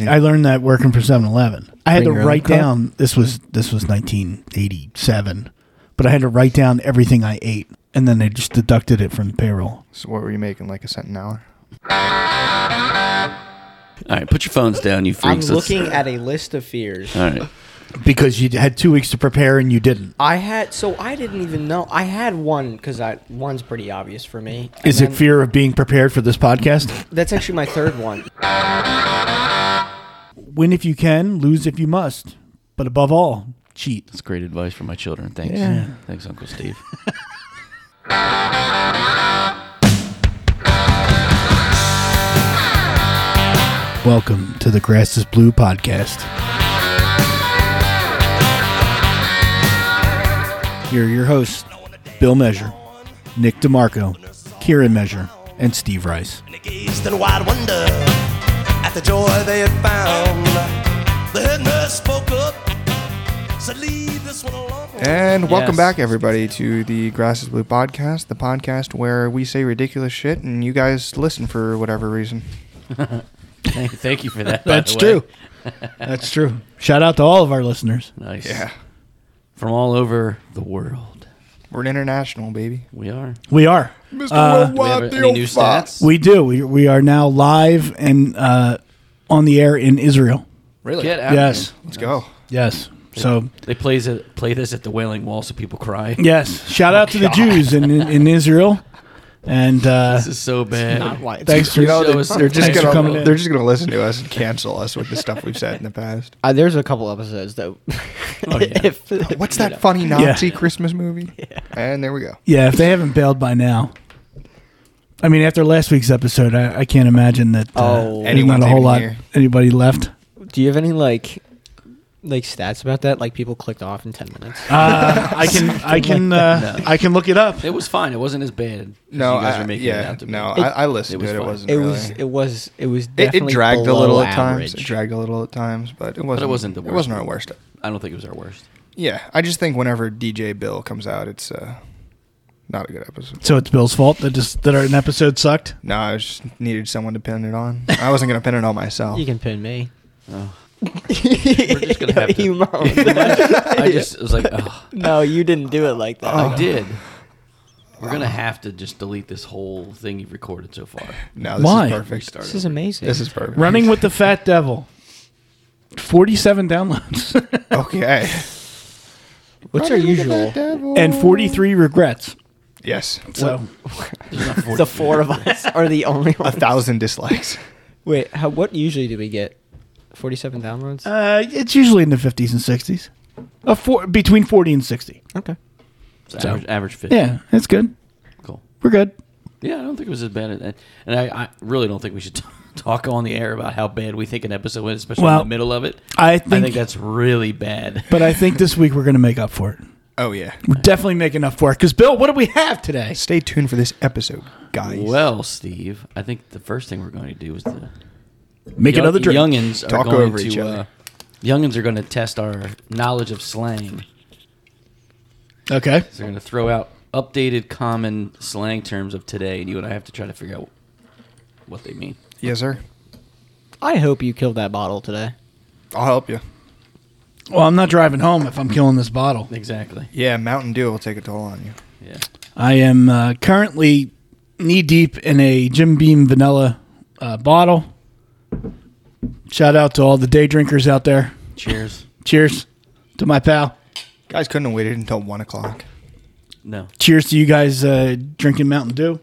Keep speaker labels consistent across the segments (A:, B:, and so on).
A: I learned that working for 7-Eleven. I had to
B: Bring your own
A: write
B: cup?
A: down this was this was 1987, but I had to write down everything I ate, and then they just deducted it from the payroll.
C: So what were you making? Like a cent an hour?
D: All right, put your phones down, you
B: I'm
D: freaks. Let's-
B: looking at a list of fears.
D: All right.
A: Because you had two weeks to prepare and you didn't.
B: I had so I didn't even know I had one because I one's pretty obvious for me. And
A: Is
B: then-
A: it fear of being prepared for this podcast?
B: That's actually my third one.
A: Win if you can, lose if you must, but above all, cheat.
D: That's great advice for my children. Thanks. Thanks, Uncle Steve.
A: Welcome to the Grass is Blue podcast. Here are your hosts Bill Measure, Nick DeMarco, Kieran Measure, and Steve Rice.
E: And they gazed in wide wonder at the joy they had found. The head nurse spoke up, said, Leave this one alone.
C: Uh, And welcome
D: Yes.
C: back, everybody, to the Grass is Blue podcast, the podcast where we say ridiculous shit and you guys listen for whatever reason.
D: thank, thank you for that. by
A: That's
D: the way.
A: true. That's true. Shout out to all of our listeners.
D: Nice.
C: Yeah.
D: From all over the world.
C: We're an international, baby.
D: We are.
A: We are. Uh,
C: Mr.
D: Do we have any new stats?
A: We do. We, we are now live and uh, on the air in Israel.
D: really? Get out.
A: Yes.
C: Let's go.
A: Yes. So,
D: They plays it, play this at the Wailing Wall so people cry.
A: yes. Shout out to the Jews in, in, in Israel. And uh,
D: This is so bad.
A: thanks for
D: You know,
C: they-
D: was-
C: they're just
D: thanks
A: for
C: gonna
A: coming in.
C: they're just gonna listen to us and cancel us with the stuff we've said in the past.
B: Uh, there's a couple episodes though.
D: Oh, yeah.
B: If-
C: What's that funny Nazi Christmas movie? And there we go.
A: Yeah, if they haven't bailed by now. I mean, after last week's episode, I, I can't imagine that uh,
B: Oh.
A: there's not
C: Anyone's
A: a whole
C: even
A: lot
C: here.
A: anybody left.
B: Do you have any like like stats about that? Like people clicked off in ten minutes.
A: Uh, I can, I can, uh, I can look it up.
D: It was fine. It wasn't as bad. as
C: No,
D: you guys
C: I,
D: are making it
C: yeah,
D: out to be.
C: no,
B: It-
C: I, I listened
D: it was
C: to it. It
D: fine.
C: wasn't
B: it
C: really.
B: was it was it was
C: it,
B: definitely
C: it dragged a
B: below
C: little at
B: average.
C: times. It dragged a little at times, but it wasn't.
D: wasn't the
C: It
D: worst.
C: wasn't our worst.
D: I don't think it was our worst.
C: Yeah, I just think whenever DJ Bill comes out, it's uh, not a good episode.
A: So it's Bill's fault that just that our, an episode sucked.
C: No, I just needed someone to pin it on. I wasn't gonna pin it on myself.
B: You can pin me.
D: Oh.
B: We're
D: just gonna have to-
B: you moaned.
D: I just was like, oh,
B: no, you didn't do it like
C: Oh.
B: that.
A: Uh,
D: I did. We're gonna have to just delete this whole thing you've recorded so far.
C: No, this
A: Why?
C: is perfect.
B: This is amazing.
C: This is perfect.
A: Running with the Fat Devil, forty-seven downloads
C: Okay.
B: What's our usual?
A: and forty-three regrets.
C: Yes.
A: So
B: The four of us are the only
C: A
B: ones.
C: thousand dislikes.
B: Wait, how, what usually do we get? Forty-seven downloads.
A: uh, it's usually in the fifties and sixties, a four, between forty and sixty.
B: okay.
D: It's average, average fit.
A: Yeah, that's good.
D: Cool.
A: We're good.
D: Yeah, I don't think it was as bad. as- And I, I really don't think we should t- talk on the air about how bad we think an episode was, especially
A: Well,
D: in the middle of it.
A: I
D: I
A: think-
D: think that's really bad.
A: But I think this week we're going to make up for it.
C: Oh yeah.
A: We're definitely making up for it. Because Bill, what do we have today?
C: Stay tuned for this episode, guys.
D: Well, Steve, I think the first thing we're going to do is the
A: Make
D: young-
A: another drink.
D: Youngins are
C: Talk
D: going
C: over
D: to.
C: each
D: Uh,
C: other.
D: youngins are going to test our knowledge of slang.
A: Okay.
D: They're going to throw out updated common slang terms of today, and you and I have to try to figure out what they mean.
C: yes, sir.
B: I hope you killed that bottle today.
C: I'll help you.
A: Well, I'm not driving home if I'm killing this bottle.
D: Exactly.
C: Yeah, Mountain Dew will take a toll on you.
D: Yeah.
A: I am uh, currently knee deep in a Jim Beam vanilla uh, bottle. Shout out to all the day drinkers out there.
D: Cheers.
A: Cheers to my pal.
C: Guys couldn't have waited until one o'clock.
D: No.
A: Cheers to you guys uh, drinking Mountain Dew.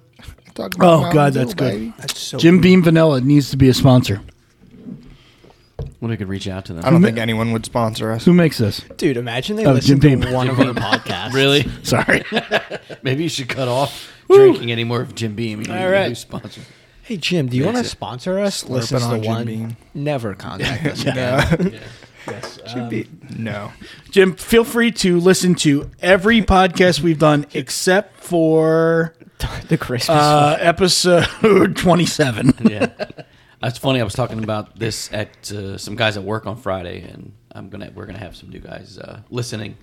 C: Talk
A: Oh, God, that's good.
C: That's so.
A: Jim Beam Vanilla needs to be a sponsor.
D: When we could reach out to them.
C: I don't think anyone would sponsor us.
A: Who makes this?
B: Dude, imagine they
A: Oh,
B: listened
A: Jim
B: to
A: Beam.
B: one
D: Jim
B: of our
D: Beam.
B: podcasts.
D: Really?
A: Sorry.
D: Maybe you should cut off drinking any more of Jim Beam. All
A: right.
D: Sponsor.
B: Hey Jim, do you want to
D: Makes it.
B: sponsor us?
C: Slurping
B: Listen to
C: on Jim
B: one.
C: Beam.
B: Never contact us.
C: Um, No.
A: Jim, feel free to listen to every podcast we've done except for
B: the Christmas.
A: uh, episode 27.
D: Yeah. That's Uh, funny. I was talking about this at uh, some guys at work on Friday, and I'm gonna we're gonna have some new guys uh, listening.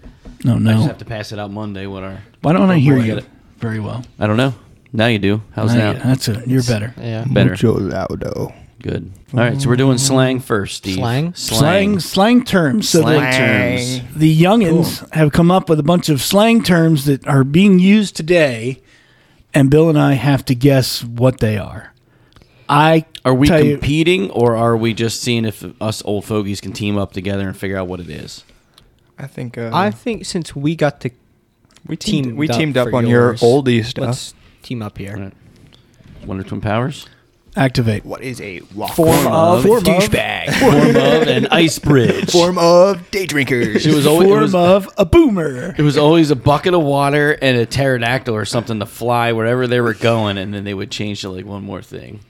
A: No,
D: I just
A: no.
D: have to pass it out Monday. What our
A: Why don't I hear
D: We'll
A: you
D: get it.
A: very well?
D: I don't know. Now you do. How's
A: Now you-
D: that?
A: That's it. You're better.
B: yeah.
D: Better.
C: Joe Laudo.
D: Good. All right, so we're doing slang first, Steve.
B: Slang?
A: Slang, slang terms. So
D: Slang,
A: the,
D: terms.
A: the youngins have come up with a bunch of slang terms that are being used today, and Bill and I have to guess what they are. I
D: Are we
A: tell you-
D: competing, or are we just seeing if us old fogies can team up together and figure out what it is?
C: I think uh,
B: I think since we got to
C: we
B: team,
C: we teamed up
B: for
C: on your
B: yours,
C: oldie stuff.
B: Let's team up here.
D: Right. Wonder Twin Powers,
A: activate.
C: what is a rock
B: Form of
A: Form of-
B: douchebag.
D: form of an ice bridge.
C: form of day drinkers?
D: She was always.
A: Form
D: it was,
A: of a boomer.
D: it was always a bucket of water and a pterodactyl or something to fly wherever they were going, and then they would change to like one more thing.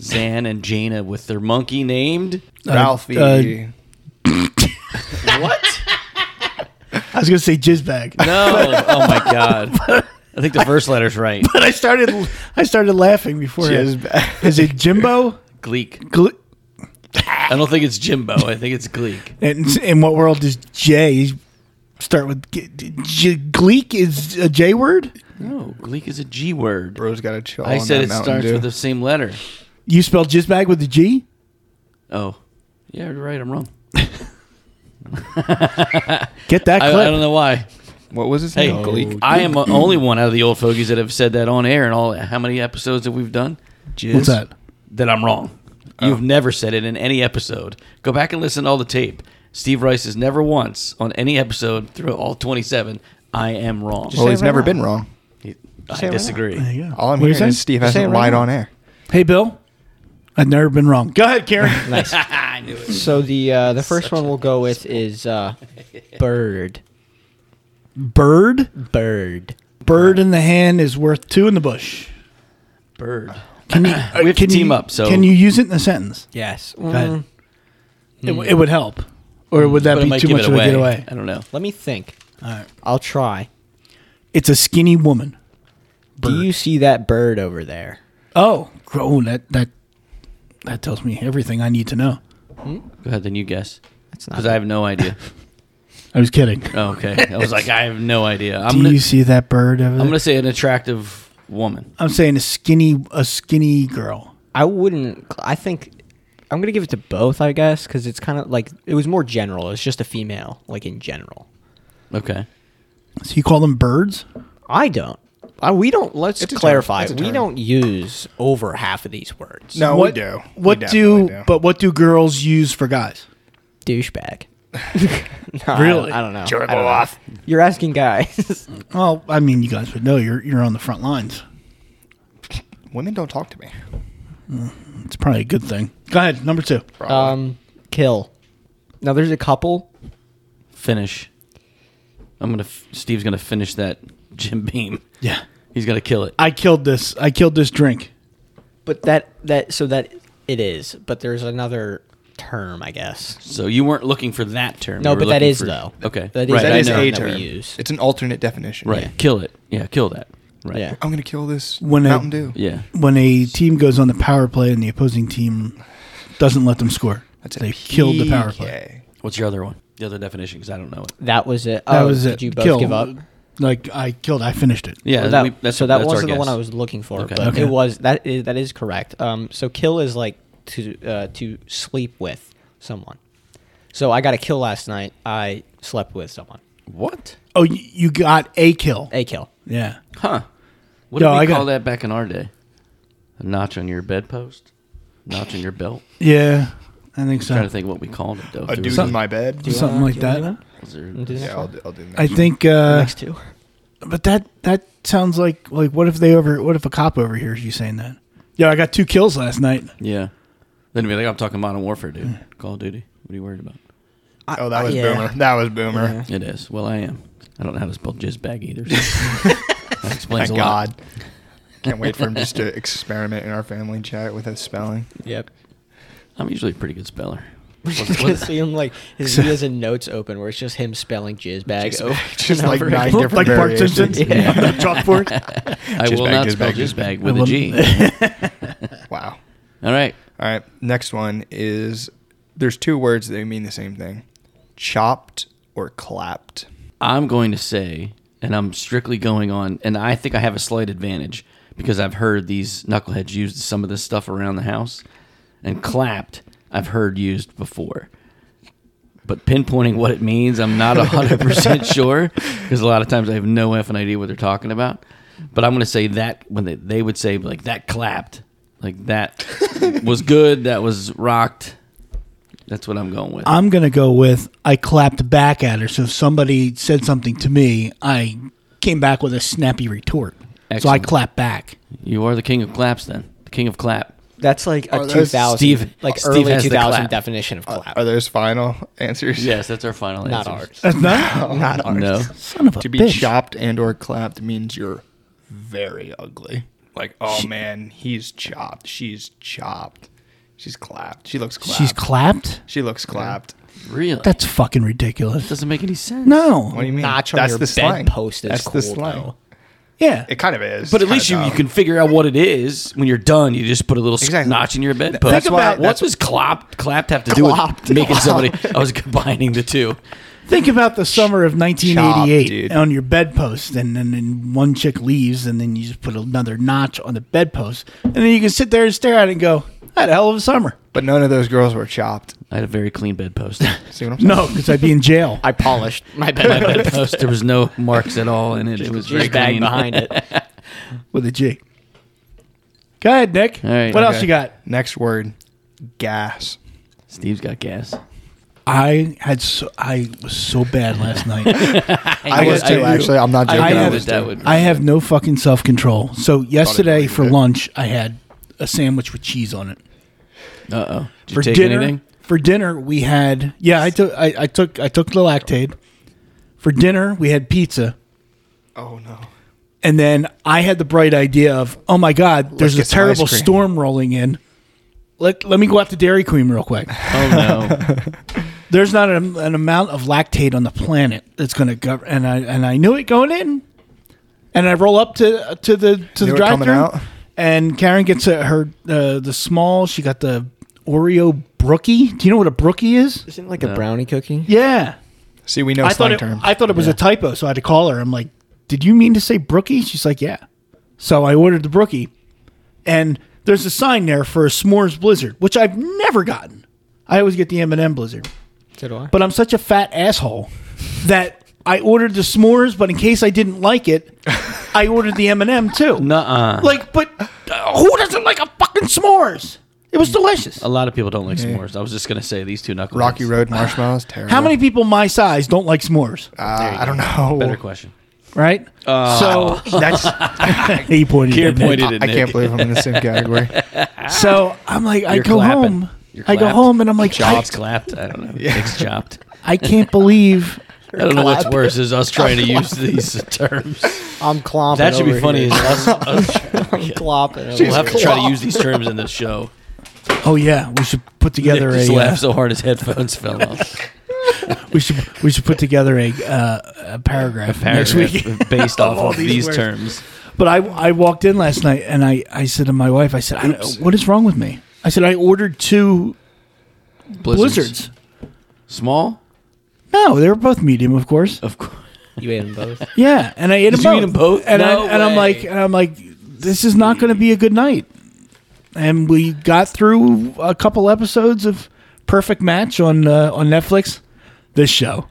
D: Zan and Jaina with their monkey named.
C: Ralphie.
A: uh,
D: What?
A: I was going to say jizz bag.
D: No. Oh my god. I think the first letter's right.
A: But I started, I started laughing before.
C: Jizz bag.
A: Is it Jimbo?
D: Gleek.
A: Gl-
D: I don't think it's Jimbo. I think it's Gleek.
A: And s- in what world does J start with? G- J- Gleek is a J word.
D: No, Gleek is a G word.
C: Bro's got a chill.
D: I
C: on
D: said
C: that
D: it
C: Mountain
D: starts
C: Dew.
D: with the same letter.
A: You spelled jizz bag with a G.
D: Oh, yeah, you're right. I'm wrong.
A: Get that
D: I,
A: clip.
D: I don't know why.
C: What was his
D: Hey,
C: name? Gleek.
D: I am the only one out of the old fogies that have said that on air and all. How many episodes have we done? Jizz.
A: What's that?
D: That I'm wrong.
C: Oh.
D: You've never said it in any episode. Go back and listen to all the tape. Steve Rice has never once on any episode through all 27. I am wrong.
C: Well,
B: say
C: he's
B: it right
C: never
B: now.
C: been wrong.
D: He-
B: say
D: I
B: it right
D: disagree.
A: There you go.
C: All I'm
A: What are you
C: hearing is
A: saying?
C: Steve
B: Say it
C: hasn't
B: right
C: lied
B: now.
C: on air.
A: Hey, Bill. I've never been wrong. Go ahead, Karen.
D: I knew it.
B: So the uh, the first one we'll go with is uh, bird.
A: Bird.
B: Bird.
A: Bird in the hand is worth two in the bush.
D: Bird.
A: Can you, uh,
D: We have to
A: can
D: team
A: you-
D: up, so-
A: can you use it in a sentence?
B: Yes.
A: ahead.
B: Mm,
A: It, w- it would help, or would that
D: Mm. But I
A: be
D: might
A: too
D: give
A: much
D: it
A: of a
D: away.
A: getaway?
D: I don't know.
B: let me think.
A: All right.
B: I'll try.
A: It's a skinny woman.
B: Do you see that bird over there?
A: Oh, oh, that that that tells me everything I need to know.
D: Go ahead, then you guess.
B: That's not.
D: Because I have no idea.
A: I was kidding.
D: Oh, okay. I was like, I have no idea. I'm
A: Do
D: gonna,
A: you see that bird over there?
D: I'm gonna say an attractive woman.
A: I'm saying a skinny, a skinny girl.
B: I wouldn't. I think I'm gonna give it to both. I guess because it's kind of like it was more general. It's just a female, like in general.
D: Okay.
A: So you call them birds?
B: I don't. I, we don't. Let's
C: It's a term.
B: clarify.
C: It's a
B: We
C: term.
B: don't use over half of these words.
C: No,
A: what,
C: Oh, we do. We
A: What do,
C: definitely do?
A: But what do girls use for guys?
B: douchebag. No, I-
A: Really?
B: I, don't know. I don't know. You're asking guys.
A: Well, I mean, you guys would know. You're you're on the front lines.
C: Women don't talk to me.
A: It's probably a good thing. Go ahead, number two.
B: um, kill. Now there's a couple.
D: Finish. I'm gonna. f- Steve's gonna finish that Jim Beam.
A: Yeah,
D: He's gonna kill it.
A: I killed this. I killed this drink.
B: But that that so that it is, but there's another term, I guess.
D: So you weren't looking for that term.
B: No,
D: you were
B: but that
D: looking
B: is
D: for-
B: though.
D: Okay.
B: that is
D: right.
C: That
D: I
C: is
D: know.
B: term
C: a
B: that
C: term.
B: we use.
C: It's an alternate definition.
D: Right.
C: Yeah.
D: Kill it. Yeah. Kill that. Right.
B: Yeah.
C: I'm gonna kill this
A: When a-
C: Mountain Dew.
D: Yeah.
A: When a team goes on the power play and the opposing team doesn't let them score,
C: That's a
A: they killed the power play.
C: PK.
D: What's your other one? The other definition, because I don't know it.
B: That was it.
A: That
B: oh,
A: was it.
B: Did you both
A: Kill.
B: give up?
A: Like I killed. I finished it.
D: Yeah.
B: Well, that-
D: we- that's,
B: so that
D: that's our
B: wasn't the one
D: guess.
B: I was looking for,
D: Okay.
B: but
A: Okay.
B: it was that is, that is correct. Um, so kill is like to uh, to sleep with someone. So I got a kill last night. I slept with someone.
D: What?
A: Oh, you, you got a kill.
B: A kill.
A: Yeah.
D: Huh? What
A: No,
D: did we
A: I got-
D: call that back in our day? A notch on your bedpost. Notch on your belt.
A: Yeah, I think
D: trying
A: so.
D: to think what we called it though.
C: A
D: If it
C: dude
D: was
C: in my bed.
A: Something
B: Uh,
A: like
B: do you
A: that.
B: wanna
D: Was there-
B: do that?
C: Yeah, I'll, do- I'll do that.
A: I think, uh,
B: Next two.
A: but that that sounds like like what if they over what if a cop overhears you saying that? Yeah, I got two kills last night.
D: Yeah. Then it'd be like, I'm talking Modern Warfare, dude. Call of Duty. What are you worried about?
C: oh, that was
B: yeah.
C: boomer. That was boomer.
D: It is. Well, I am. I don't know how to spell jizz bag either. so that explains
C: Thank
D: a lot.
C: God. Can't wait for him just to experiment in our family chat with his spelling.
B: Yep.
D: I'm usually a pretty good speller.
B: Just gonna see him like his he has a notes open where it's just him spelling jizz bag. over
C: Just
B: and
C: like
B: over.
C: nine
A: Look
C: different
A: like Bart
C: variations.
A: Simpson on the chalkboard.
D: I
C: Jizz
D: will
C: bag,
D: not
C: jizz
D: spell
C: bag,
D: jizz
C: jizz
D: bag with
A: I
D: a G.
C: Wow.
D: All right.
C: All right. Next one is there's two words that mean the same thing chopped or clapped.
D: I'm going to say, and I'm strictly going on, and I think I have a slight advantage because I've heard these knuckleheads use some of this stuff around the house. and clapped I've heard used before. But pinpointing what it means, I'm not 100% sure because a lot of times I have no effing idea what they're talking about. But I'm going to say that when they, they would say, like, that clapped, like, that was good, that was rocked. That's what I'm going with.
A: I'm gonna go with I clapped back at her. So if somebody said something to me, I came back with a snappy retort. So I
D: Excellent.
A: clapped back.
D: you are the king of claps then, the king of clap.
B: That's like
C: Oh,
B: a
C: that's
B: 2000,
D: Steve-
B: like
D: Steve
B: early
D: has the
B: 2000
D: clap.
B: definition of clap.
C: Are those final answers?
D: Yes, that's our final
B: not
D: answer.
B: ours.
A: That's not
C: Not ours.
D: No.
A: son of a
C: To be
A: bitch.
C: chopped and or clapped means you're very ugly. Like, oh man, he's chopped. She's chopped. She's clapped. She looks clapped.
A: She's clapped.
C: she looks clapped.
D: Really? That
A: That's fucking ridiculous.
D: doesn't make any sense.
A: No.
C: What do you mean?
B: Notch on your bedpost is
C: That's
B: cool,
C: the slang.
B: though.
A: Yeah.
C: It kind of is.
D: But at
C: It's
D: least you,
C: kinda
D: you
C: dumb.
D: can figure out what it is when you're done. You just put a little s-
C: Exactly.
D: notch in your bedpost.
C: That's why-
D: what
C: that's-
D: does clopped clapped have to do
C: Clopped.
D: with making somebody? I was combining the two.
A: Think about the summer of
C: dude.
A: 1988 on your bedpost, and then and one chick leaves, and then you just put another notch on the bedpost, and then you can sit there and stare at it and go, "I had a hell of a summer."
C: But none of those girls were chopped.
D: I had a very clean bedpost.
C: See what I'm saying?
A: No, because I'd be in jail.
B: I polished my
D: My
B: bed.
D: bedpost, there was no marks at all in it. It was very
B: Just bag
D: clean.
B: behind it.
A: with a G. Go ahead, Nick.
D: All right,
A: what
D: okay.
A: else you got?
C: Next word, gas.
D: Steve's got gas.
A: I had so, I was so bad last night.
C: I, was
A: I-
C: too.
A: I-
C: actually, I'm not
A: I
C: joking.
A: have-
C: was
D: that
C: too.
D: would.
A: I have no fucking self control. So yesterday
C: really
A: for
C: good.
A: lunch, I had a sandwich with cheese on it.
D: Uh oh. Did you
A: for
D: take
A: dinner,
D: anything?
A: for dinner we had yeah I took I, I took I took the lactaid. For dinner we had pizza,
C: Oh no.
A: and then I had the bright idea of oh my god, there's
C: get
A: a
C: some ice
A: terrible
C: cream.
A: storm rolling in. Let let me go out to Dairy Queen real quick.
D: Oh no.
A: there's not an, an amount of lactate on the planet that's going to govern. And I and I knew it going in, and I roll up to to the to
C: Knew
A: the
C: it coming
A: drive-thru,
C: out.
A: and Karen gets a, her uh, the small. She got the Oreo brookie. Do you know what a brookie is?
B: Isn't it like a brownie cookie?
A: Yeah,
C: See, we know
A: I thought
C: slang
A: it,
C: terms.
A: I thought it was a typo, so I had to call her. I'm like, "Did you mean to say brookie?" She's like, "Yeah." So I ordered the brookie, and there's a sign there for a s'mores blizzard, which I've never gotten. I always get the M and M blizzard
B: So do I.
A: but I'm such a fat asshole that I ordered the s'mores, but in case I didn't like it, I ordered the M&M too.
D: Nuh-uh.
A: Like, but uh, who doesn't like a fucking s'mores? It was delicious.
D: a lot of people don't like s'mores. I was just gonna say these two knuckleheads.
C: Rocky Road marshmallows. Terrible.
A: How many people my size don't like s'mores?
C: Uh, I don't know.
D: Better question.
A: Right?
D: Uh,
A: so that's he pointed.
D: Here
A: at Nick.
D: pointed at
C: I
D: Nick.
C: can't believe I'm in the same category.
A: So I'm like, I
D: You're
A: go
D: clapping.
A: home.
D: You're
A: I go
D: clapped.
A: home and I'm like, I,
D: Chopped, clapped. I don't know. Nick's chopped.
A: I can't believe.
D: I don't know what's worse is us trying to use these terms.
B: I'm clomping.
D: That should be funny. Is
B: Here.
D: us, us-
B: I'm clomping. over
D: we'll have to
B: here.
D: try to use these terms in the show.
A: Oh yeah, we should put together
D: Nick just
A: a.
D: laughed
A: Uh,
D: so hard his headphones fell off.
A: we should we should put together a, uh, a paragraph next week.
D: Paragraph based off
A: all
D: of
A: these
D: these
A: words.
D: terms.
A: But I, I walked in last night and I, I said to my wife, I said, I, what is wrong with me? I said, I ordered two blizzards.
D: Small?
A: No, they were both medium, of course.
D: Of course.
B: You ate them both.
A: Yeah, and I ate them
D: you
A: both.
D: eat them both?
A: And,
D: No
A: I, and I'm
D: way.
A: like, and I'm like, this is not going to be a good night. And we got through a couple episodes of Perfect Match on uh, on Netflix. This show,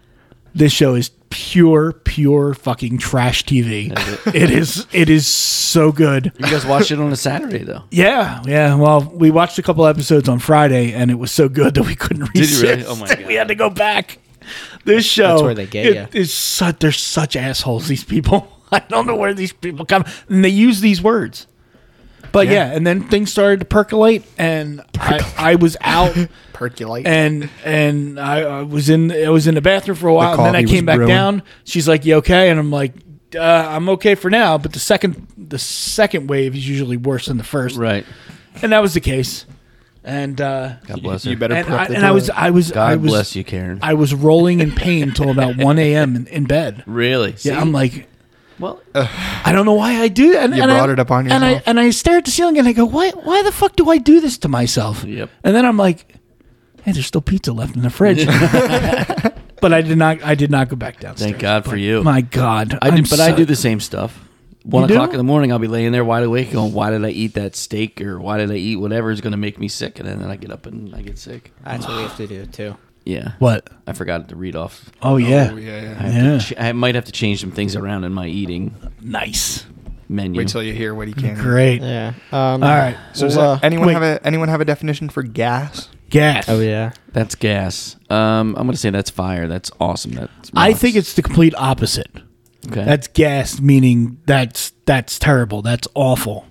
A: this show is pure, pure fucking trash TV. it is, it is so good.
D: You guys watched it on a Saturday, though.
A: Yeah, yeah. Well, we watched a couple episodes on Friday, and it was so good that we couldn't
D: you
A: resist.
D: really? Oh my God.
A: We had to go back. This show
B: where they get
A: it
B: ya.
A: is such. They're such assholes. These people. I don't know where these people come, and they use these words. But yeah, and then things started to percolate, and I, I was out,
C: Percolate.
A: and and I, I was in I was in the bathroom for a while, and then I
C: coffee was
A: came back
C: brewing.
A: down. She's like, "You okay?" And I'm like, uh, "I'm okay for now." But the second the second wave is usually worse than the first
D: Right.
A: and that was the case. And uh,
D: God bless
C: you
D: you.
C: better
A: and,
C: prep
A: I,
C: the
A: and I was
C: toilet.
A: I was I
D: God
A: was
D: bless you, Karen.
A: I was rolling in pain till about one a.m. In, in bed.
D: really?
A: Yeah, I'm like
D: well,
A: I don't know why I do that. And,
C: You
A: and
C: brought
A: I,
C: it upon
A: And I
C: yourself.
A: and I stare at the ceiling and I go, why why the fuck do I do this to myself?
D: Yep.
A: And then I'm like, hey, there's still pizza left in the fridge. but I did not I did not go back downstairs.
D: thank God for you.
A: My God,
D: I do,
A: I'm
D: but I
A: so-
D: do the same stuff. one
A: do?
D: o'clock in the morning, I'll be laying there wide awake, going, "Why did I eat that steak? Or why did I eat whatever is going to make me sick?" And then I get up and I get sick.
B: That's what we have to do too.
D: Yeah.
A: What?
D: I forgot to read off.
A: Oh yeah.
C: Oh, yeah, yeah.
D: I, have to
A: Yeah.
D: ch- I might have to change some things around in my eating
A: Nice.
D: menu.
C: Wait till you hear what he can.
A: Great.
B: Yeah. Um,
A: All right.
C: So does
B: Well,
C: that- anyone
A: wait.
C: have a anyone have a definition for gas?
A: Gas.
B: Oh yeah.
D: That's gas. Um, I'm gonna say that's fire. That's awesome. That's
A: I
D: rocks.
A: think it's the complete opposite.
D: okay.
A: That's gas, meaning that's that's terrible. That's awful.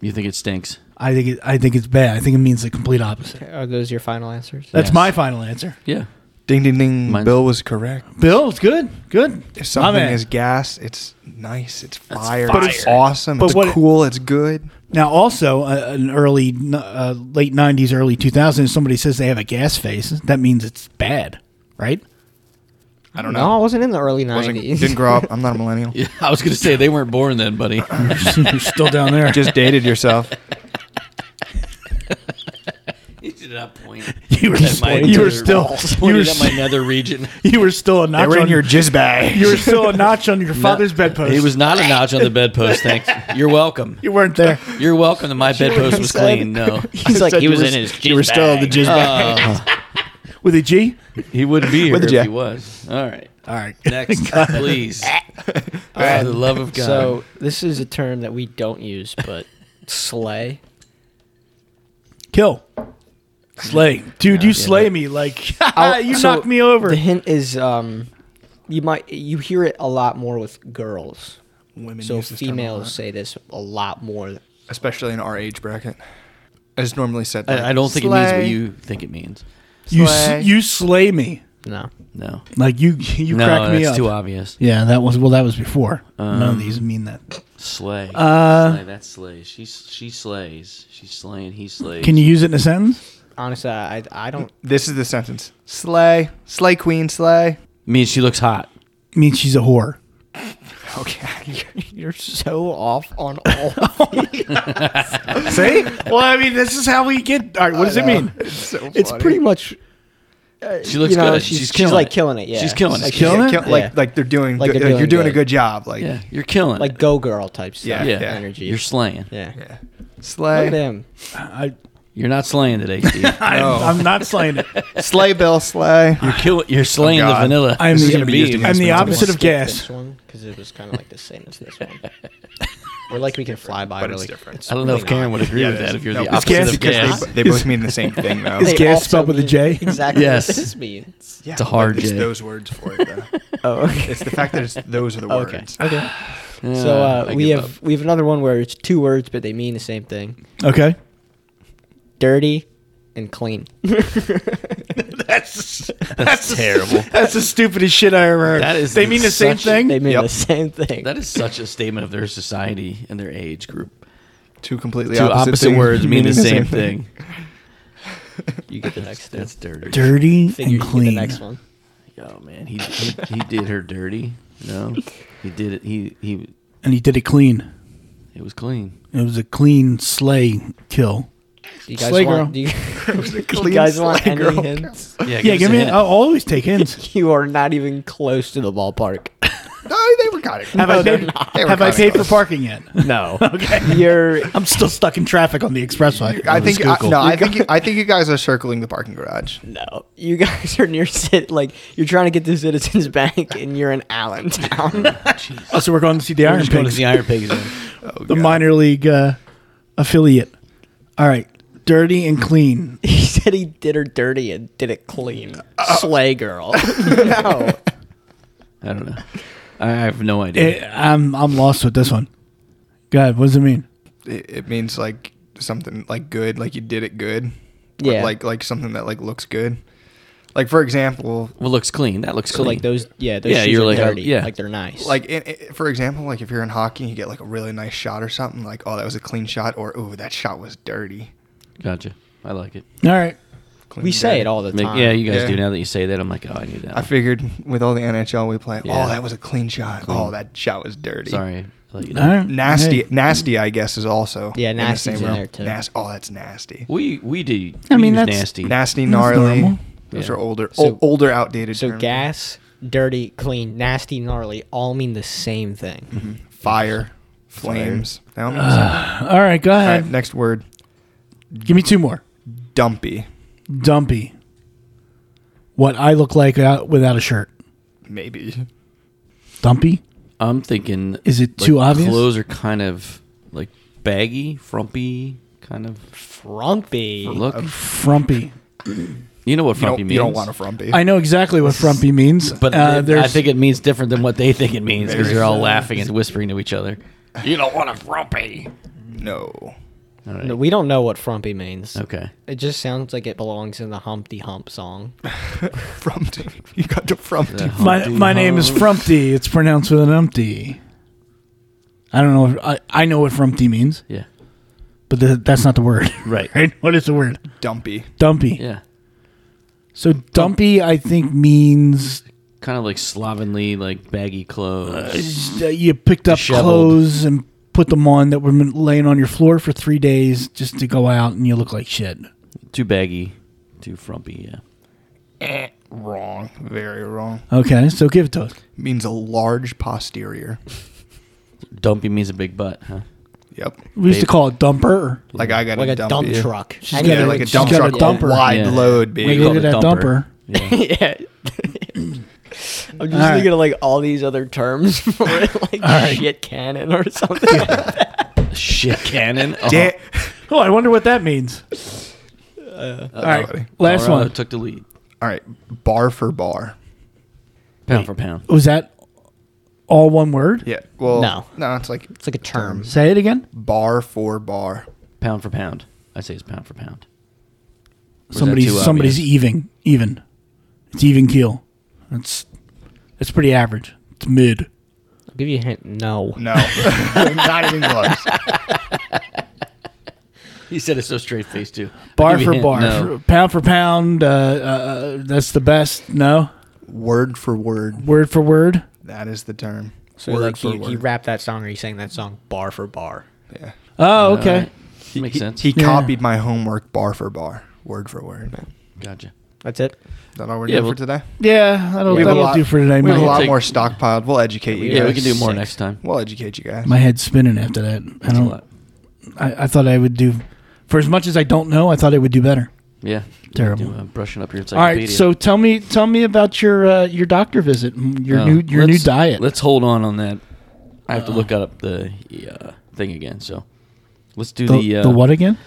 D: you think it stinks.
A: I think it, I think it's bad. I think it means the complete opposite.
B: Are those your final answers?
A: That's
D: Yes.
A: my final answer.
D: Yeah.
C: Ding ding ding.
D: Mine's-
C: Bill was correct.
A: Bill, it's good. Good.
C: If
A: My
C: something
A: man.
C: is gas, it's nice. It's fire.
A: fire.
C: It's awesome.
A: But
C: it's
A: what-
C: cool. It's good.
A: Now, also, uh, an early, n- uh, late '90s, early 2000s. Somebody says they have a gas face. That means it's bad, right?
C: I don't
B: No, I wasn't in the early
C: Wasn't-
B: nineties.
C: didn't grow up. I'm not a millennial.
D: Yeah. I was gonna say they weren't born then, buddy.
A: You're still down there.
C: Just dated yourself.
D: you did not point.
A: you were,
D: At my
A: still, you were
D: nether-
A: still, you were,
D: pointed at my nether region.
A: you were still a
C: They
A: notch
C: were in
A: on
C: your jizz bag.
A: you were still a notch on your father's bedpost.
D: He was not a notch on the bedpost. Thanks. You're welcome.
A: You weren't there.
D: You're welcome. That my bedpost was
B: said.
D: clean. No,
B: He's like
C: said
B: he
C: you
B: was
C: were-
B: in his.
C: you were still the jizz bag.
A: With a G?
D: he wouldn't be here
C: With a
D: if
C: J.
D: he was. All right.
A: All right.
D: Next, please. For the love of God.
B: So this is a term that we don't use, but slay.
A: Kill. Slay. Dude, you slay me like you
B: so
A: knocked me over.
B: The hint is um, you might you hear it a lot more with girls.
C: Women
B: So
C: use this term a
B: females
C: lot,
B: say this a lot more.
C: especially in our age bracket. It's normally said. like,
D: I, I don't think it
C: "Slay."
D: means what you think it means.
A: You
C: slay.
A: s- you slay me.
B: No.
D: No.
A: Like you you
D: no,
A: cracked me
D: that's
A: up.
D: too Um, obvious.
A: yeah, that was well that was before. None of these mean that.
D: Slay. slay. That slays. She she slays. She's slaying. He slays.
A: Can you use it in a sentence?
B: Honestly, I I don't.
C: This is the sentence. Slay, slay, queen, slay.
D: mean she looks hot.
A: means she's a whore.
C: Okay.
B: You're so off on all.
A: See? well, I mean, this is how we get All right, what does it mean?
C: so
B: it's
C: funny.
B: pretty much.
D: She looks
B: you know,
D: good.
B: She's,
D: She's,
B: she's
D: killing
B: like
D: it.
B: killing it. Yeah.
D: She's killing
B: Like,
D: it.
C: Yeah,
A: Killing it?
C: kill- like
B: Yeah.
C: like they're doing
B: Like
C: like,
B: they're
C: like you're
B: doing
C: doing a good
B: good.
C: job. Like
D: Yeah, you're killing it.
B: like go girl type stuff.
C: Yeah,
D: yeah,
C: yeah.
B: Energy.
D: You're slaying.
B: yeah.
C: yeah.
B: Look at
C: slay,
B: him.
A: I,
D: You're not slaying today, Steve.
A: I
C: No.
A: I'm not slaying it.
C: slay, Bill, slay.
D: You're killing. You're slaying the
C: God.
D: vanilla.
A: I'm
D: This is
A: the-
D: gonna
C: used
D: be-
C: against
A: I'm
C: me
A: the
C: in the
A: opposite of
B: Skip
A: gas.
B: This one because it was kind of like the same as this one. We're like we can fly by
C: but
B: really.
C: it's different.
D: I don't know if Karen would agree
C: Yeah, it
D: with that.
C: is.
D: If you're
C: No,
D: the
C: it's
D: opposite
A: gas
D: of
A: because
D: gas,
C: They, they both mean the same thing though.
A: Is
B: They
A: gas
B: also
A: spelled with a
B: mean
A: J?
B: Exactly.
D: Yes.
B: What this means.
C: yeah,
D: it's a hard
C: It's
D: J.
C: those words for it though.
B: Oh, okay.
C: it's the fact that it's those are the
B: Okay.
C: words.
B: So
D: Yeah,
B: uh,
D: I
B: we
D: give
B: have
D: up.
B: we have another one where it's two words but they mean the same thing:
A: Okay.
B: dirty and clean.
A: That's terrible. that's the stupidest shit I ever heard.
D: That is
A: They mean the same
D: such-
A: thing.
B: They mean
C: Yep.
B: the same thing.
D: that is such a statement of their society and their age group.
C: Two completely
D: Two opposite,
C: things
D: words mean the
C: meaning
D: same thing.
B: you get the next.
D: That's dirty.
A: Dirty
B: Figure you get the next one.
D: Oh man, he, he he did her dirty. No, he did it. He he.
A: and he did it clean.
D: It was clean.
A: It was a clean slay kill.
B: Do you guys
A: Slay girl.
B: want? Do you, do you
C: clean
B: guys want
C: slay
B: any
C: girl.
B: hints?
A: Yeah, give me.
D: it.
A: I'll always take hints.
B: You are not even close to the ballpark.
C: No, they were kind of.
A: Have I paid?
C: They were
A: Have I
C: kinda
A: paid for
C: close.
A: parking yet?
B: No. okay. You're
A: I'm still stuck in traffic on the expressway.
C: I think I,
D: Google.
C: no. I think you, I think you guys are circling the parking garage.
B: no. You guys are near cit like you're trying to get to Citizens Bank and you're in Allentown.
A: Also, we're going to see the
D: We're
A: Iron
D: just going to
A: Pigs,
D: see Iron Pigs. then.
A: the minor league uh, affiliate. All right, dirty and clean.
B: he said he did her dirty and did it clean. Slay girl. no.
D: I don't know. I have no idea.
A: Eh, I'm I'm lost with this one. God, what does it mean?
C: it, it means like something like good, like you did it good. Or,
B: Yeah.
C: Like like something that like looks good. Like for example,
D: well, looks clean. That looks
B: So
D: clean.
B: like those yeah, those
D: Yeah,
B: shoes
D: you're
B: are
D: like, uh,
B: dirty.
D: yeah.
B: Like they're nice.
C: like in, i for example, like if you're in hockey, and you get like a really nice shot or something. Like oh, that was a clean shot, or oh, that shot was dirty.
D: Gotcha. I like it.
A: All right,
C: Clean
B: we
C: and
B: say
C: dirty.
B: it all the
D: Make-
B: time.
D: yeah, you guys
C: Yeah.
D: do. Now that you say that, I'm like, oh, I knew that.
C: I
D: one.
C: figured with all the NHL we play,
D: Yeah.
C: oh, that was a clean shot. Oh, that shot was dirty.
D: Sorry. I let you
A: all
D: know.
A: right.
C: Nasty,
A: Hey.
C: nasty, I guess is also
B: Yeah,
C: in the
B: nasty's
C: same
B: in
C: realm.
B: there, too.
C: Nas- oh, that's nasty,
D: We we do.
A: I
D: we
A: mean,
D: use
A: that's-
D: nasty.
C: nasty,
A: That's
C: gnarly.
A: normal.
C: Those
D: Yeah.
C: are older,
B: So-
C: o- older, outdated.
B: So
C: terms. Mm-hmm.
B: gas, dirty, clean, nasty, gnarly all mean the same thing.
C: fire, Flames. Now I'm gonna
A: All right, go
C: say- All
A: ahead.
C: right, next word.
A: Give me two more.
C: Dumpy.
A: Dumpy. What I look like out without a shirt.
C: Maybe.
A: Dumpy.
D: I'm thinking.
A: Is it too obvious?
D: Clothes are kind of like baggy, frumpy, kind of
B: Frumpy.
D: look.
A: Frumpy.
D: You know what
C: You don't,
D: frumpy
C: you
D: means?
C: don't want a frumpy.
A: I know exactly what frumpy means.
D: But
A: uh,
D: it-
A: there's,
D: I think it means different than what they think it means because they're all laughing and whispering to each other.
C: you don't want a frumpy. No.
D: All right.
B: No, we don't know what frumpy means.
D: Okay.
B: It just sounds like it belongs in the Humpty Hump song.
C: Frumpty. You got to frumpty.
A: my my name is Frumpty. It's pronounced with an umpty. I don't know. If, I I know what frumpty means,
D: Yeah.
A: but th- that's not the word.
D: Right.
A: right? What is the word?
C: Dumpy.
A: Dumpy.
D: Yeah.
A: So dumpy, I think means
D: Kind of like slovenly, like baggy clothes.
A: uh, you picked up
D: Disheveled.
A: clothes and put them on that were laying on your floor for three days just to go out, and you look like shit.
D: too baggy, too frumpy. Yeah.
C: Wrong. Very wrong.
A: Okay, so give it to us.
C: Means a large posterior.
D: Dumpy means a big butt, huh?
C: Yep.
A: We used to
D: Babe.
A: call it dumper.
C: Like I got
B: Like
C: a,
B: a dump
C: dumpy.
B: truck. I
C: Yeah,
B: know
C: like a
B: it's-
C: dump
A: got a
C: truck.
A: dumper.
C: Wide
D: Yeah.
C: load, big.
A: Look at that dumper.
D: Yeah.
B: yeah. I'm just
A: right.
B: thinking of like all these other terms for it, like shit cannon or something.
D: Shit cannon. Oh,
C: Da-
A: Oh, I wonder what that means. All right,
C: buddy.
A: last
D: Colorado
A: one.
D: took the lead.
C: All right. Bar for bar.
D: Pound for pound.
A: Was that all one word?
C: Yeah. Well,
B: No.
C: No, it's like
B: It's like a term.
A: Say it again.
C: bar for bar.
D: Pound for pound. I say it's pound for pound. Or is that too
A: Somebody's
D: obvious?
A: somebody's e- even even. It's even keel. It's it's pretty average. It's mid.
B: I'll give you a hint. No.
C: No. Not even close.
D: He said it so straight faced too. I'll
A: Bar
D: give you
A: for
D: a hint.
A: bar,
D: No.
A: for- pound for pound. Uh, uh, that's the best. No,
C: Word for word.
A: word for word.
C: That is the term.
B: So
C: word
B: like
C: for
B: he, he
C: word.
B: rapped that song or he sang that song bar for bar.
C: yeah.
A: Oh,
D: All
A: okay.
D: right. Makes sense.
C: He copied my homework bar for bar, word for word.
D: gotcha.
B: That's it.
C: Is that all we're
D: Yeah,
C: doing
D: well-
C: for today?
A: Yeah, I don't.
C: We have a
A: That'll
C: lot-
A: do for today. My,
C: We have a
A: head-
C: lot
D: Take-
C: more stockpiled. We'll educate you.
D: Yeah, we
C: guys.
D: can do more
B: Six.
D: next time.
C: We'll educate you guys.
A: my head's spinning after that. I
D: That's a
A: don't.
D: lot.
A: I, I thought I would do. For as much as I don't know, I thought I would do better.
D: Yeah.
A: Terrible.
D: Do, uh, brushing up your
A: All
D: encyclopedia.
A: right, so tell me, tell me about your uh, your doctor visit, mm, your
D: Oh,
A: new your new
D: let's-
A: diet.
D: Let's hold on on that. I have to look up the uh, thing again. So let's do
A: the,
D: the uh,
A: the what again?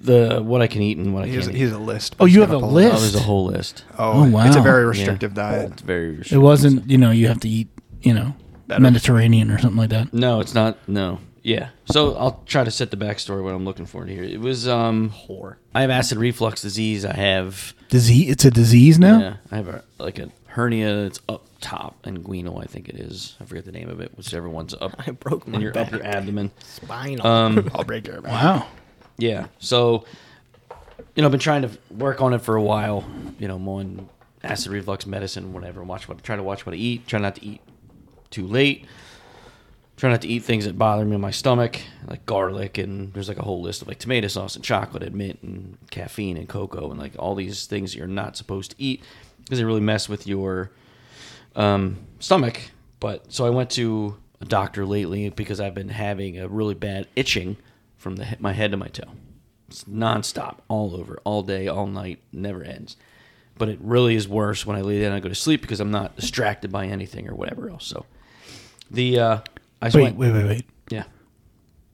D: the what I can eat and what I
C: He
D: can't.
C: has,
D: eat.
C: he has a list.
A: Oh,
C: He's
A: you
C: gonna
A: have a
C: pull it up.
D: oh, there's a whole list.
C: Oh,
A: Oh,
C: It's a
A: wow.
C: very
A: Yeah.
C: restrictive diet.
D: It's very.
A: It
D: restrictive.
A: wasn't, you know, you have to eat, you know,
C: Better.
A: Mediterranean or something like that.
D: No, it's not. No. Yeah. So I'll try to set the backstory what I'm looking for here. It was um.
B: Whore.
D: I have acid reflux disease. I have
A: Disease? It's a disease now.
D: yeah. I have a, like a hernia. It's up top inguinal. I think it is. I forget the name of it. Whichever one's up.
B: I broke my
D: in your upper
B: back.
D: abdomen.
B: Spinal.
D: Um.
C: I'll break your back.
A: Wow.
D: Yeah. So, you know, I've been trying to work on it for a while. You know, I'm on acid reflux medicine, whatever. Watch what try to watch what I eat. Try not to eat too late. Try not to eat things that bother me in my stomach, like garlic, and there's like a whole list of like tomato sauce and chocolate and mint and caffeine and cocoa and like all these things that you're not supposed to eat because they really mess with your um, stomach. But so I went to a doctor lately because I've been having a really bad itching from the he- my head to my toe. It's nonstop, all over, all day, all night, never ends. But it really is worse when I lay down and I go to sleep because I'm not distracted by anything or whatever else. So the uh, I just
A: Wait,
D: went-
A: wait, wait, wait.
D: yeah,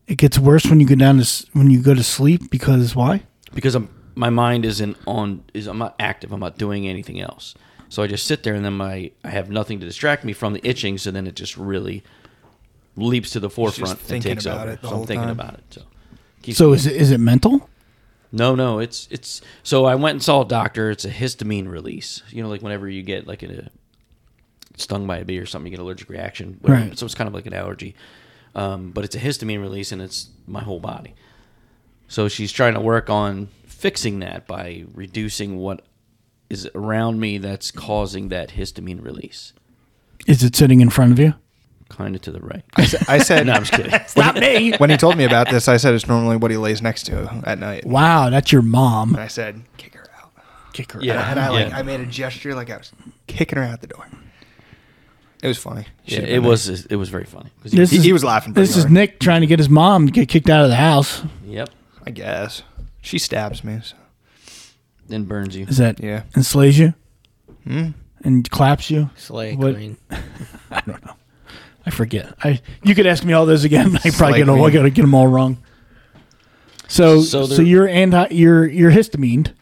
A: It gets worse when you go down to s- when you go to sleep because why?
D: because I'm my mind isn't on is I'm not active. I'm not doing anything else. So I just sit there and then my I have nothing to distract me from the itching. So then it just really leaps to the forefront and
C: thinking
D: takes
C: about
D: over.
C: it the
D: so I'm
C: whole
D: thinking
C: time.
D: about it. So keeps
A: So is it is it mental?
D: No, no, it's it's. So I went and saw a doctor. It's a histamine release. You know, like whenever you get like a stung by a bee or something, you get an allergic reaction. whatever.
A: Right.
D: So it's kind of like an allergy, um, but it's a histamine release and it's my whole body. So she's trying to work on fixing that by reducing what is around me that's causing that histamine release.
A: Is it sitting in front of you?
D: Kind of to the right.
C: I said, I said
D: no, I'm just kidding.
A: Not me.
C: when he told me about this, I said it's normally what he lays next to at night. And
A: Wow, that's your mom.
C: I said, kick her out.
A: Kick her
D: Yeah,
C: And I like
D: yeah.
C: I made a gesture like I was kicking her out the door. It It was funny. He
D: Yeah,
C: should've
D: it
C: been
D: was it was very funny. 'Cause he-
A: This
C: He-
A: is,
C: he was laughing pretty
A: This is
C: hard.
A: Nick trying to get his mom to get kicked out of the house.
D: yep,
C: there, I guess she stabs me. So.
D: then burns you.
A: Is that
C: Yeah.
A: And slays you and claps you.
B: Slay
A: What-
B: queen.
A: I don't know. I forget. I you could ask me all those again. but I probably
C: Slay
A: get 'em- I
C: queen.
A: gotta get them all wrong. So
D: So
A: so,
D: there-
A: you're anti you're you're histamine.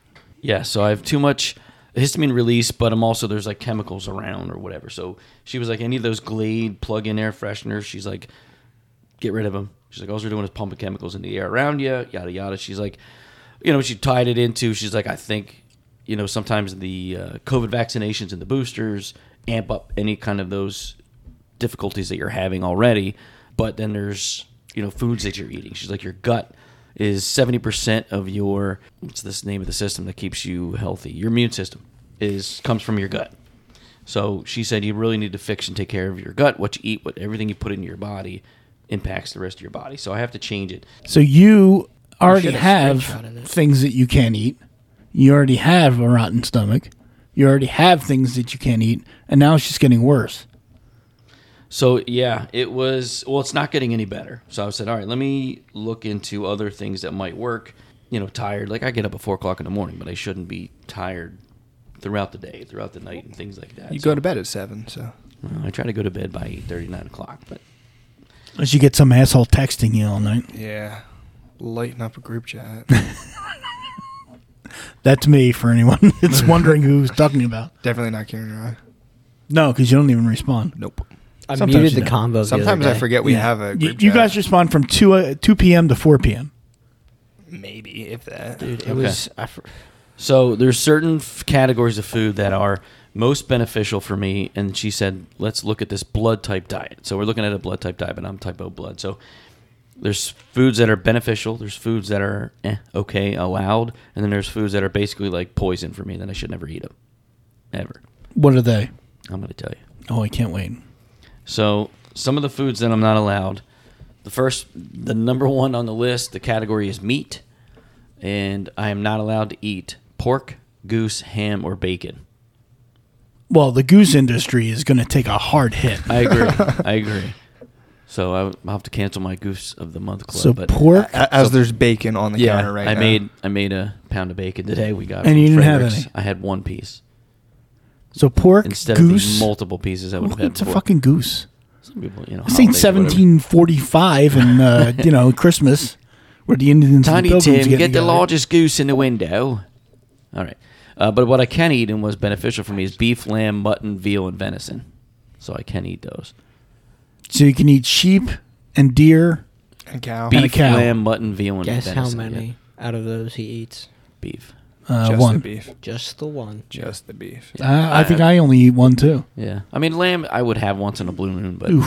D: Yeah, so I have too much histamine release, but I'm also there's like chemicals around or whatever. So she was like, any of those Glade plug-in air fresheners, she's like, get rid of them. She's like, all you're doing is pumping chemicals in the air around you, yada yada. She's like, you know, she tied it into. She's like, I think, you know, sometimes the uh, COVID vaccinations and the boosters amp up any kind of those difficulties that you're having already. But then there's you know foods that you're eating. She's like, your gut is 70% of your what's this name of the system that keeps you healthy? Your immune system is comes from your gut. So she said you really need to fix and take care of your gut, what you eat, what everything you put into your body impacts the rest of your body. So I have to change it.
A: So you already
B: should've screenshotted
A: have
B: it.
A: things that you can't eat. You already have a rotten stomach. You already have things that you can't eat, and now it's just getting worse.
D: So yeah, it was well, it's not getting any better. So I said, all right, let me look into other things that might work. You know, tired. Like I get up at four o'clock in the morning, but I shouldn't be tired throughout the day, throughout the night, and things like that.
C: You
D: So-
C: go to bed at seven, so
D: Well, I try to go to bed by eight thirty, nine o'clock, but
A: Unless you get some asshole texting you all night.
C: yeah, lighten up a group chat.
A: That's me for anyone that's wondering who's talking about.
C: Definitely not Karen or I.
A: No, because you don't even respond.
C: Nope.
B: I
A: Sometimes
B: muted
A: you
B: the
A: don't.
B: combo. the other
C: Sometimes I
B: day.
C: forget we
A: Yeah.
C: have a
A: You-
C: group
A: you
C: chat.
A: guys respond from two uh, two p.m. to four p.m.
C: maybe if that.
B: Dude, it was. I fr-
D: so there's certain f- categories of food that are most beneficial for me. And she said, let's look at this blood type diet. So we're looking at a blood type diet, but I'm type O blood. So there's foods that are beneficial. There's foods that are eh, okay, allowed, and then there's foods that are basically like poison for me that I should never eat them, ever.
A: What are they?
D: I'm gonna tell you.
A: Oh, I can't wait.
D: So some of the foods that I'm not allowed. The first, the number one on the list, the category is meat, and I am not allowed to eat pork, goose, ham, or bacon.
A: Well, the goose industry is going to take a hard hit.
D: I agree. I agree. So I, will have to cancel my goose of the month club.
A: so
D: but
A: pork.
C: A- As there's bacon on the
D: yeah,
C: counter right
D: I
C: now.
D: made I made a pound of bacon today. We got it
A: And
D: from
A: you didn't have
D: Fredericks.
A: any?
D: I had one piece
A: so pork.
D: instead of
A: goose.
D: the multiple pieces. I would have
A: Look,
D: had
A: it's a
D: pork.
A: fucking goose.
D: Some people, you know,
A: This ain't
D: holidays or whatever.
A: 1745 and uh, you know Christmas, where the Indians and
D: Tiny
A: the pilgrims
D: Tim,
A: get
D: get the
A: together.
D: largest goose in the window. All right. Uh, but what I can eat and was beneficial for me is beef, lamb, mutton, veal, and venison. So I can eat those.
A: So you can eat sheep and deer.
C: And cow.
A: And a
D: Beef,
A: cow.
D: lamb, mutton, veal, and
B: guess how
D: venison. yeah.
B: many out of those he eats?
D: Beef.
A: Uh,
C: just
A: one.
C: the beef.
B: Just the one.
C: Just the beef.
A: I, I think I only eat one too.
D: Yeah. I mean, lamb I would have once in a blue moon, but you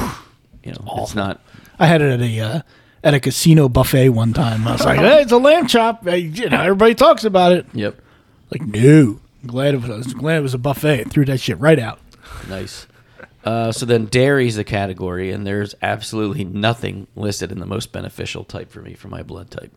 D: know, it's not.
A: I had it at a uh, at a casino buffet one time. I was like, hey, it's a lamb chop. Hey, you know, everybody talks about it.
D: Yep.
A: Like, no. I'm glad it was. I was glad it was a buffet. I threw that shit right out.
D: Nice. Uh, so then dairy is the category, and there's absolutely nothing listed in the most beneficial type for me for my blood type.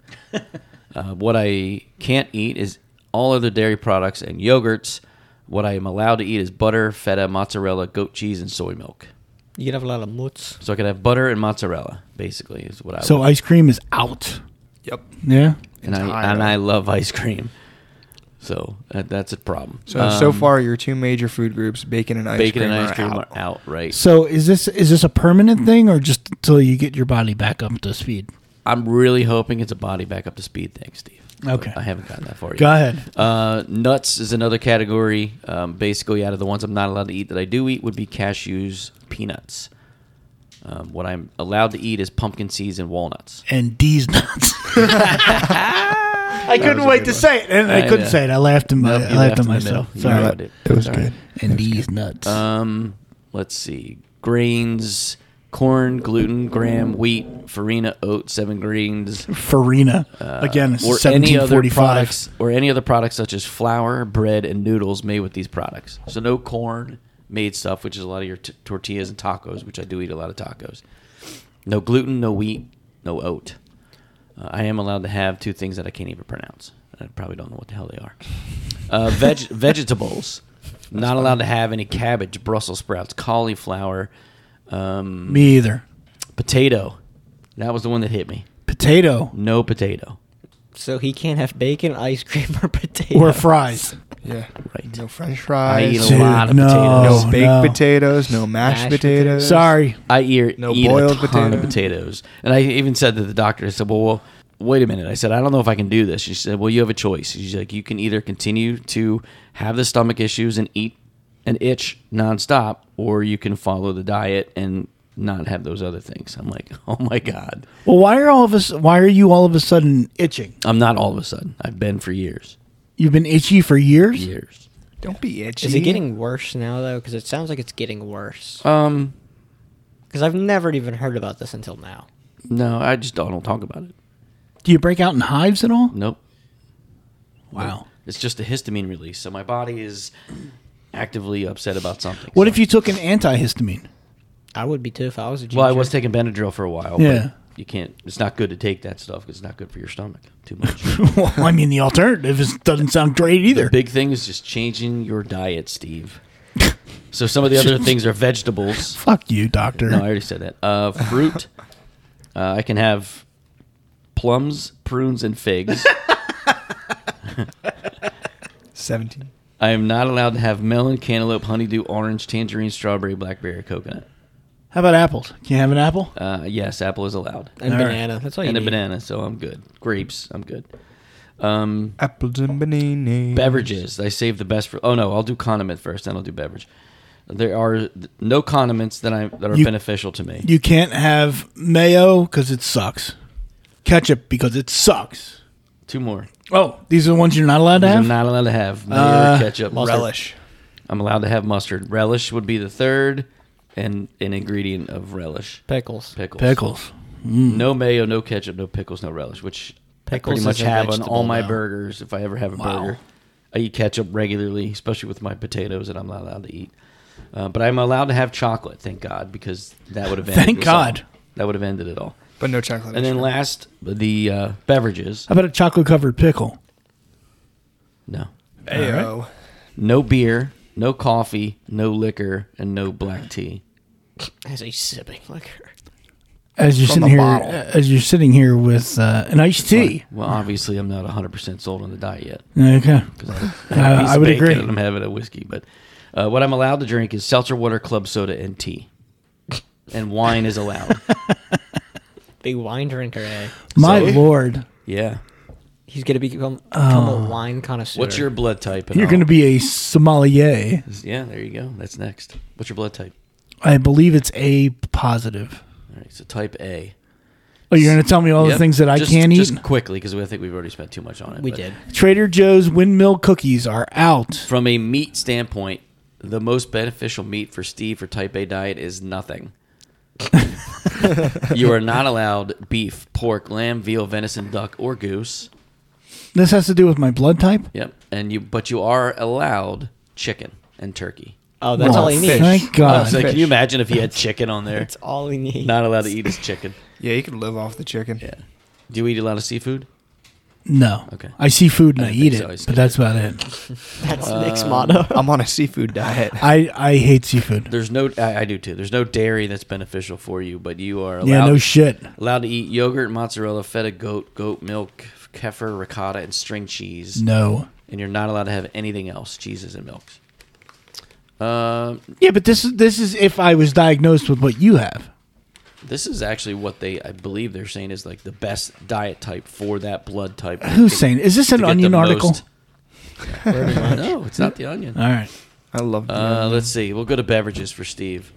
D: uh, what I can't eat is all other dairy products and yogurts. What I am allowed to eat is butter, feta, mozzarella, goat cheese, and soy milk.
B: You can have a lot of mutts.
D: So I could have butter and mozzarella, basically, is what I
A: So
D: would.
A: ice cream is out.
C: Yep.
A: Yeah.
D: and I
C: Entire.
D: and I love ice cream, so that, that's a problem.
C: So so
D: Um,
C: far, your two major food groups, bacon and ice
D: bacon
C: cream,
D: and ice cream
C: are
D: are
C: out.
D: out, right?
A: So is this is this a permanent thing or just until you get your body back up to speed?
D: I'm really hoping it's a body back up to speed thing, Steve. But
A: Okay.
D: I haven't gotten that far yet.
A: Go ahead.
D: Uh, nuts is another category. Um, basically, out of the ones I'm not allowed to eat that I do eat would be cashews, peanuts. Um, what I'm allowed to eat is pumpkin seeds and walnuts.
A: And D's nuts. I couldn't
C: was a
A: wait
C: good
A: to
C: one.
A: say it, and I,
D: I
A: couldn't
D: know.
A: say it. I laughed in my,
D: Nope,
A: I
D: you
A: laughed at
D: laughed in the middle.
A: myself.
D: You
A: Sorry.
D: nailed it.
C: It was
D: All
C: good.
A: And D's nuts.
D: Um, let's see. Grains, corn, gluten, gram, wheat, farina, oats, seven greens,
A: Farina. Again, it's
D: or any other
A: 1745.
D: products, or any other products such as flour, bread, and noodles made with these products. So no corn made stuff, which is a lot of your t- tortillas and tacos, which I do eat a lot of tacos. No gluten, no wheat, no oat. Uh, I am allowed to have two things that I can't even pronounce. I probably don't know what the hell they are. Uh, veg- vegetables. Not allowed to have any cabbage, Brussels sprouts, cauliflower, um,
A: Me either.
D: potato. That was the one that hit me.
A: Potato
D: No potato.
B: So he can't have bacon, ice cream, or potato.
A: or fries.
C: Yeah.
D: Right.
C: No French
D: I
C: fries.
D: eat a
A: Dude,
D: lot of
A: no.
D: potatoes.
C: no baked
A: no.
C: potatoes. No mashed,
B: Mashed
C: potatoes.
A: Sorry.
D: I eat,
C: No
D: eat
C: boiled
D: a ton of
C: potato.
D: potatoes. And I even said to the doctor, I said, well, well, wait a minute. I said, I don't know if I can do this. She said, well, you have a choice. She's like, you can either continue to have the stomach issues and eat and itch nonstop, or you can follow the diet and not have those other things. I'm like, oh my God.
A: Well, why are all of us? Why are you all of a sudden itching?
D: I'm not all of a sudden. I've been for years.
A: You've been itchy for years.
D: Years.
C: Don't be itchy.
B: Is it getting worse now though? Because it sounds like it's getting worse.
A: Uh.
D: Um,
B: Because I've never even heard about this until now.
D: no, I just don't, don't talk about it.
A: Do you break out in hives at all?
D: Nope.
A: Wow.
D: It's just a histamine release. So my body is actively upset about something.
A: What
D: So-
A: if you took an antihistamine?
B: I would be too if I was a ginger.
D: Well, I was taking Benadryl for a while.
A: Yeah.
D: But you can't. It's not good to take that stuff 'cause it's not good for your stomach too much.
A: well, I mean, the alternative is, doesn't sound great
D: the
A: either.
D: big thing is just changing your diet, Steve. So some of the other things are vegetables.
A: Fuck you, doctor.
D: No, I already said that. Uh, fruit. Uh, I can have plums, prunes, and figs.
C: seventeen?
D: I am not allowed to have melon, cantaloupe, honeydew, orange, tangerine, strawberry, blackberry, coconut.
A: How about apples? Can you have an apple?
D: Uh, yes, apple is allowed.
B: and
A: All right.
B: banana. That's all you
D: and a
B: need.
D: banana, so I'm good. Grapes, I'm good. Um,
C: Apples and bananas.
D: beverages. I save the best for. Oh no, I'll do condiment first, then I'll do beverage. There are no condiments that I that are
A: You-
D: beneficial to me.
A: You can't have mayo because it sucks. Ketchup because it sucks.
D: Two more.
A: Oh, these are the ones you're not allowed to
D: These I'm
A: have.
D: not allowed to have mayo,
A: Uh,
D: ketchup, mustard.
C: Relish.
D: I'm allowed to have mustard. Relish would be the third, and an ingredient of relish.
B: Pickles.
D: Pickles.
A: Pickles.
D: No mayo, no ketchup, no pickles, no relish. Which I
B: Pickles
D: pretty much
B: is a
D: have on all
B: vegetable,
D: my
B: though.
D: burgers. If I ever have a
A: Wow.
D: burger, I eat ketchup regularly, especially with my potatoes that I'm not allowed to eat. Uh, but I'm allowed to have chocolate, thank God, because that would have ended.
A: Thank
D: this all.
A: God.
D: that would have ended it all.
C: But no chocolate.
D: And then
C: ice
D: last, the uh, beverages.
A: How about a chocolate covered pickle?
D: No,
C: cream. Ayo.
D: no beer, no coffee, no liquor, and no black tea.
B: As a sipping liquor.
A: As you're
C: From
A: sitting
C: the
A: here,
C: bottle.
A: as you're sitting here with uh, an iced tea.
D: Well, obviously, I'm not 100 percent sold on the diet yet.
A: Okay.
D: I have a
A: Uh,
D: piece
A: I
D: of
A: would
D: bacon
A: agree.
D: and I'm having a whiskey, but uh, what I'm allowed to drink is seltzer water, club soda, and tea. And wine is allowed.
B: Big wine drinker, eh?
A: My
D: So-
A: lord,
D: yeah.
B: He's gonna become, become
A: Oh.
B: a wine connoisseur.
D: What's your blood type? and
A: you're
D: all?
A: going to be a sommelier.
D: Yeah, there you go. That's next. What's your blood type?
A: I believe it's A positive.
D: All right, so type A.
A: Oh, you're going to tell me all
D: Yep.
A: the things that I
D: Just-
A: can't eat.
D: Just quickly, because I think we've already spent too much on it.
B: We
D: but-
B: did.
A: Trader Joe's windmill cookies are out.
D: From a meat standpoint, the most beneficial meat for Steve for type A diet is nothing. you are not allowed beef, pork, lamb, veal, venison, duck, or goose.
A: This has to do with my blood type.
D: Yep. And you but you are allowed chicken and turkey.
B: Oh, that's
A: Oh,
B: all he needs.
A: Thank
D: I
A: God.
D: was like, Uh, can you imagine if he had chicken on there?
B: That's all he needs.
D: Not allowed to eat his chicken.
C: Yeah, you could live off the chicken.
D: Yeah. Do you eat a lot of seafood?
A: No.
D: Okay.
A: I see food and I,
D: I didn't
A: eat
D: think so. I
A: it,
D: skipped
A: but that's about it.
B: That's
D: Uh,
B: Nick's motto.
C: I'm on a seafood diet.
A: I, I hate seafood.
D: There's no I, I do too. There's no dairy that's beneficial for you, but you are allowed
A: Yeah, no shit.
D: allowed to eat yogurt, mozzarella, feta, goat, goat milk, kefir, ricotta, and string cheese.
A: No.
D: And you're not allowed to have anything else, cheeses and milks. Um,
A: Yeah, but this is this is if I was diagnosed with what you have.
D: this is actually what they, I believe, they're saying is like the best diet type for that blood type.
A: Who's saying? Is this an
D: to get the
A: Onion article?
D: most- no, it's not the onion.
A: All right.
C: I love the
D: Uh, let's see. We'll go to beverages for Steve.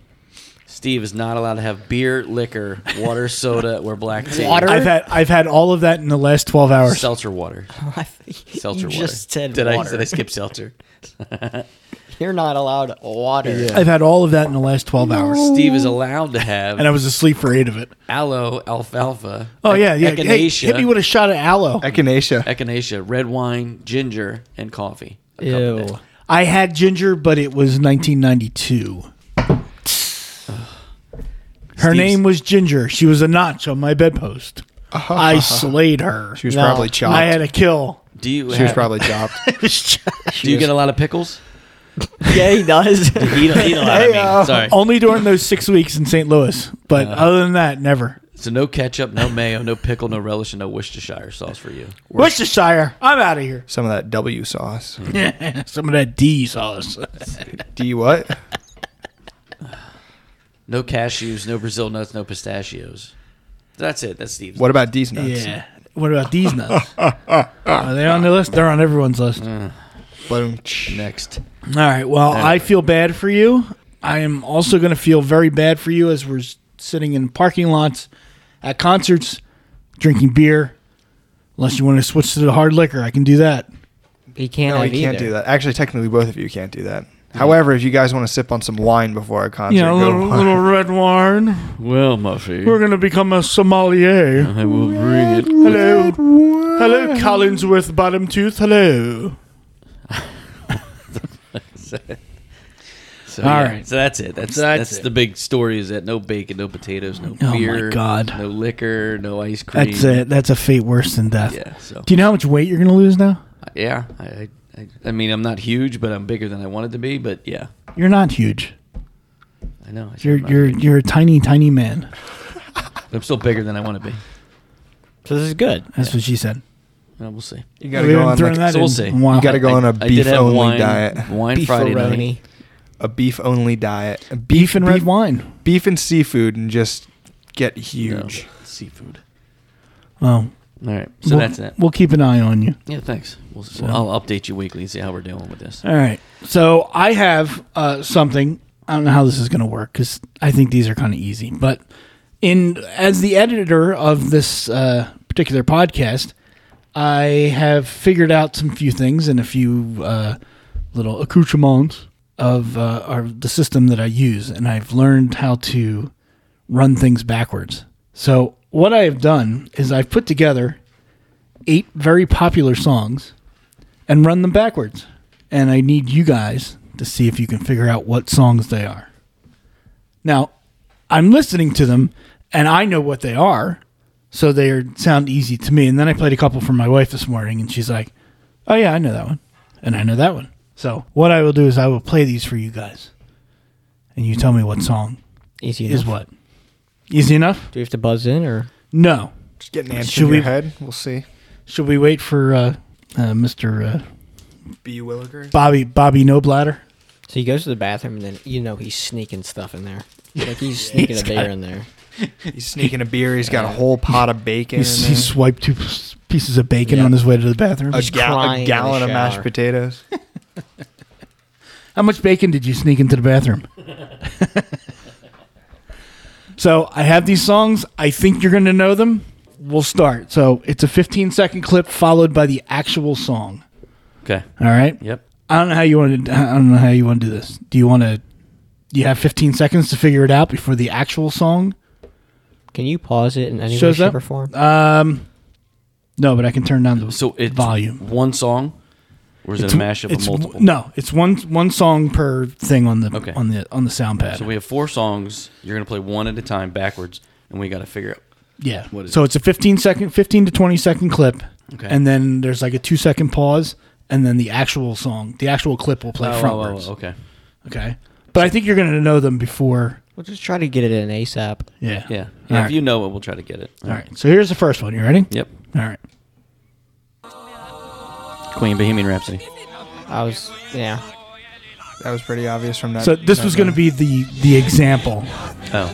D: Steve is not allowed to have beer, liquor, water, soda, or black tea.
B: Water?
A: I've had I've had all of that in the last twelve hours.
D: seltzer water. Seltzer
B: you
D: water.
B: just said
D: did I
B: water.
D: did I skip seltzer?
B: You're not allowed water.
A: I've had all of that in the last twelve hours,
D: Steve is allowed to have
A: and I was asleep for eight of it.
D: aloe, alfalfa.
A: Oh
D: ec-
A: yeah, yeah.
D: Echinacea,
A: Hey, hit me with a shot of aloe.
C: echinacea.
D: echinacea, red wine, ginger, and coffee. A cup a
B: Ew.
D: day.
A: I had ginger, but it was 1992. Her
D: Steve's-
A: name was Ginger. She was a notch on my bedpost. I slayed her.
C: She was
B: No,
C: probably chopped.
A: I had a kill.
D: Do you
C: she was
D: have-
C: probably chopped.
A: It was just-
D: do you get a lot of pickles?
B: yeah, he does.
D: Eat, a- eat a lot of me. Sorry.
A: Only during those six weeks in St. Louis, but other than that, never.
D: So no ketchup, no mayo, no pickle, no relish, and no Worcestershire sauce for you.
A: Worcestershire, I'm out of here.
C: Some of that W sauce.
D: Hmm.
A: Some of that D sauce.
C: Do you what?
D: No cashews, no Brazil nuts, no pistachios. That's it. That's Steve's.
C: What about these nuts?
A: Yeah. What about these nuts? Are they on the list? They're on everyone's list.
C: Boom.
D: Next.
A: All right. Well, I feel bad for you. I am also going to feel very bad for you as we're s- sitting in parking lots, at concerts, drinking beer. Unless you want to switch to the hard liquor, I can do that.
B: he can't.
C: No,
B: have
C: you can't
B: either.
C: do that. Actually, technically, both of you can't do that.
D: Hmm.
C: However, if you guys want to sip on some wine before a concert,
A: You know, a
C: go
A: little,
C: wine.
A: little red wine.
D: Well, Muffy,
A: We're going to become a sommelier.
D: I will bring it.
A: Hello. Hello, Collinsworth Bottom Tooth. Hello.
D: So,
A: All
D: yeah,
A: right.
D: So that's it. That's
A: That's
D: that's,
A: it.
D: the big story. Is that no bacon, no potatoes, no
A: Oh my
D: beer,
A: God.
D: no liquor, no ice cream.
A: That's it. That's a fate worse than death.
D: Yeah. So
A: Do you know how much weight you're going to lose now?
D: yeah, I, I- I I mean I'm not huge, but I'm bigger than I wanted to be. But yeah,
A: You're not huge.
D: I know. I said
A: You're
D: I'm not
A: you're
D: big,
A: you're a tiny tiny man.
D: but I'm still bigger than I want to be.
B: So this is good.
A: That's what she said.
D: Well, we'll see.
C: You gotta
A: We
C: go
A: haven't
C: on
A: thrown
C: like,
A: that
D: so we'll
A: in
D: see.
A: a while.
C: You gotta go on a
D: Uh, I did
C: beef
D: have
C: only
D: wine,
C: diet.
D: Wine
B: Beef
D: Friday night.
B: Ferroni.
C: A beef only diet. A
A: beef and red
C: beef,
A: wine.
C: beef and seafood, and just get
D: No,
C: huge.
D: seafood.
A: Oh,
D: All right. So
A: we'll,
D: that's it.
A: We'll keep an eye on you.
D: Yeah, thanks. We'll, I'll update you weekly and see how we're doing with this.
A: All right. So I have uh, something. I don't know how this is going to work because I think these are kind of easy. But in as the editor of this uh, particular podcast, I have figured out some few things and a few uh, little accoutrements of uh, our, the system that I use, and I've learned how to run things backwards. So what I have done is I've put together eight very popular songs and run them backwards. And I need you guys to see if you can figure out what songs they are. Now, I'm listening to them and I know what they are, so they are, sound easy to me. And then I played a couple for my wife this morning and she's like, "Oh yeah, I know that one." And I know that one. So, what I will do is I will play these for you guys. And you tell me what song
B: Easy
A: is
B: enough.
A: what. Easy enough?
B: Do we have to buzz in or?
A: No.
C: Just get an answer
A: Should
C: in
A: we-
C: your head. We'll see.
A: Should we wait for uh, uh, Mr. Uh,
C: B. Williger.
A: Bobby Bobby Nobladder?
B: So he goes to the bathroom, and then you know he's sneaking stuff in there. Like he's sneaking a beer in there.
C: He's sneaking a beer. He's got a whole pot of bacon. in
A: He's, he
C: there.
A: swiped two p- pieces of bacon
B: Yeah.
A: on his way to the bathroom.
C: a,
B: he's
C: gal-
B: crying
C: a
B: in
C: gallon
B: the
C: of mashed
B: shower.
C: potatoes.
A: How much bacon did you sneak into the bathroom? so I have these songs. I think you're going to know them. We'll start. So it's a 15 second clip followed by the actual song.
D: Okay.
A: All right.
D: Yep.
A: I don't know how you want to. I don't know how you want to do this. Do you want to? You have 15 seconds to figure it out before the actual song
B: Can you pause it in any way,
A: shows
B: shape,
A: up.
B: or form?
A: Um, no, but I can turn down the
D: So it's
A: volume.
D: one song, or is it a mashup
A: it's
D: of multiple?
A: No, it's one one song per thing on the
D: Okay.
A: on the on the sound pad.
D: So we have four songs. You're gonna play one at a time backwards, and we got to figure out.
A: yeah.
D: what is
A: so it's a 15 second 15 to 20 second clip.
D: Okay.
A: And then there's like a 2 second pause and then the actual song, the actual clip will play
D: Oh, oh,
A: frontwards.
D: oh, okay.
A: Okay. But I think you're going to know them before
B: We'll just try to get it in ASAP.
A: yeah.
D: Yeah.
A: All
D: yeah if
A: right.
D: you know it, we'll try to get it.
A: All right. So here's the first one. You ready?
D: Yep.
A: All right.
D: Queen Bohemian Rhapsody.
B: I was, yeah.
C: That was pretty obvious from that.
A: So this was going to be the the example
D: Oh,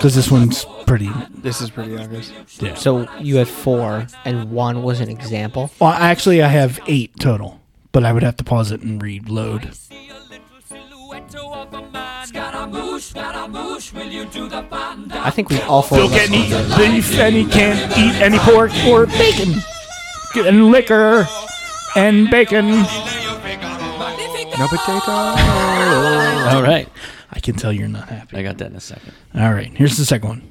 A: cuz this one's pretty
C: This is pretty obvious.
A: yeah. So
B: So you had four, and one was an example.
A: well, actually I have 8 total, but I would have to pause it and reload.
F: see a little silhouette of a man. Scaramouche, Scaramouche, will you do the fandango?
B: I think we all four.
A: Still
B: of us
A: can't eat
B: did.
A: beef and he can't eat any pork or bacon. And liquor and bacon.
C: No potato.
D: all right.
A: I can tell you're not happy.
D: I got that in a second.
A: All right, here's the second one.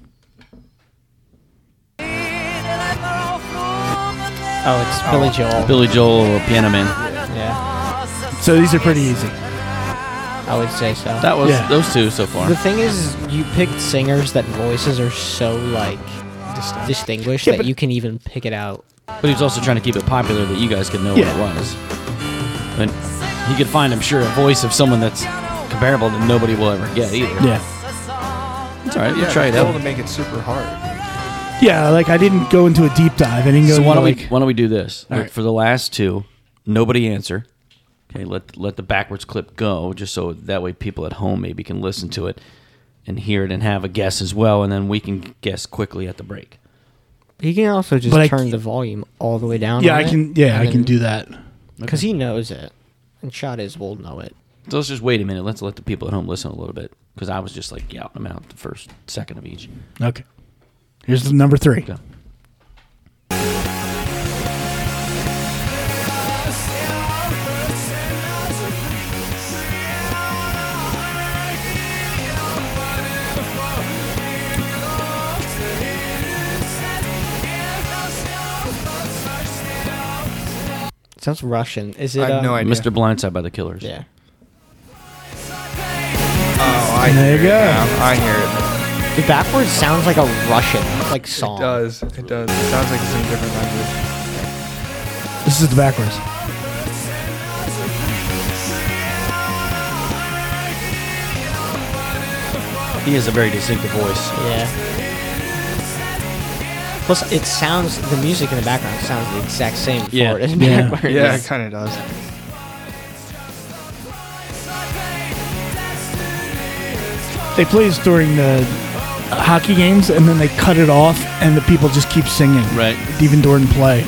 B: Oh, it's Billy Joel.
D: Billy Joel, Piano Man.
B: Yeah,
A: So these are pretty easy.
B: I would say so.
D: That was
A: Yeah.
D: those two so far.
B: the thing is, you picked singers that voices are so like distinguished that you can even pick it out.
D: But he was also trying to keep it popular that you guys could know
A: Yeah.
D: what it was. And he could find, I'm sure, a voice of someone that's comparable that nobody will ever get either.
A: Yeah.
D: It's all right. We'll try it
C: Phil
D: out.
C: to make it super hard.
A: Yeah, like I didn't go into a deep dive. I didn't go
D: So why
A: into
D: don't we
A: like
D: why don't we do this Look,
A: right.
D: for the last two? Nobody answer. Okay, let let the backwards clip go, just so that way people at home maybe can listen to it and hear it and have a guess as well, and then we can guess quickly at the break.
B: He can also just
A: But I
B: turn
A: c-
B: the volume all the way down.
A: Yeah, I can yeah, I can do that.
B: because he knows it, and Shot is will know it.
D: So let's just wait a minute. Let's let the people at home listen a little bit because I was just like, yeah, I'm out the first second of each.
A: Okay. Here's the number 3.
D: Go.
B: Sounds Russian. Is it?
C: I have
B: uh,
C: no idea.
D: Mr. Blindside by the Killers.
B: Yeah.
C: Oh, I
A: There
C: hear
A: you
C: it
A: go.
C: now. I hear it.
B: The backwards sounds like a Russian like song.
C: It does. It does. It sounds like it's in a different language.
A: This is the backwards.
D: He has a very distinctive voice.
B: Yeah. Plus, it sounds the music in the background sounds the exact same
D: Yeah.
B: forward and
A: Yeah.
B: backwards.
C: Yeah, it kind of does.
A: They play this during the hockey games and then they cut it off and the people just keep singing.
D: Right.
A: Even during play.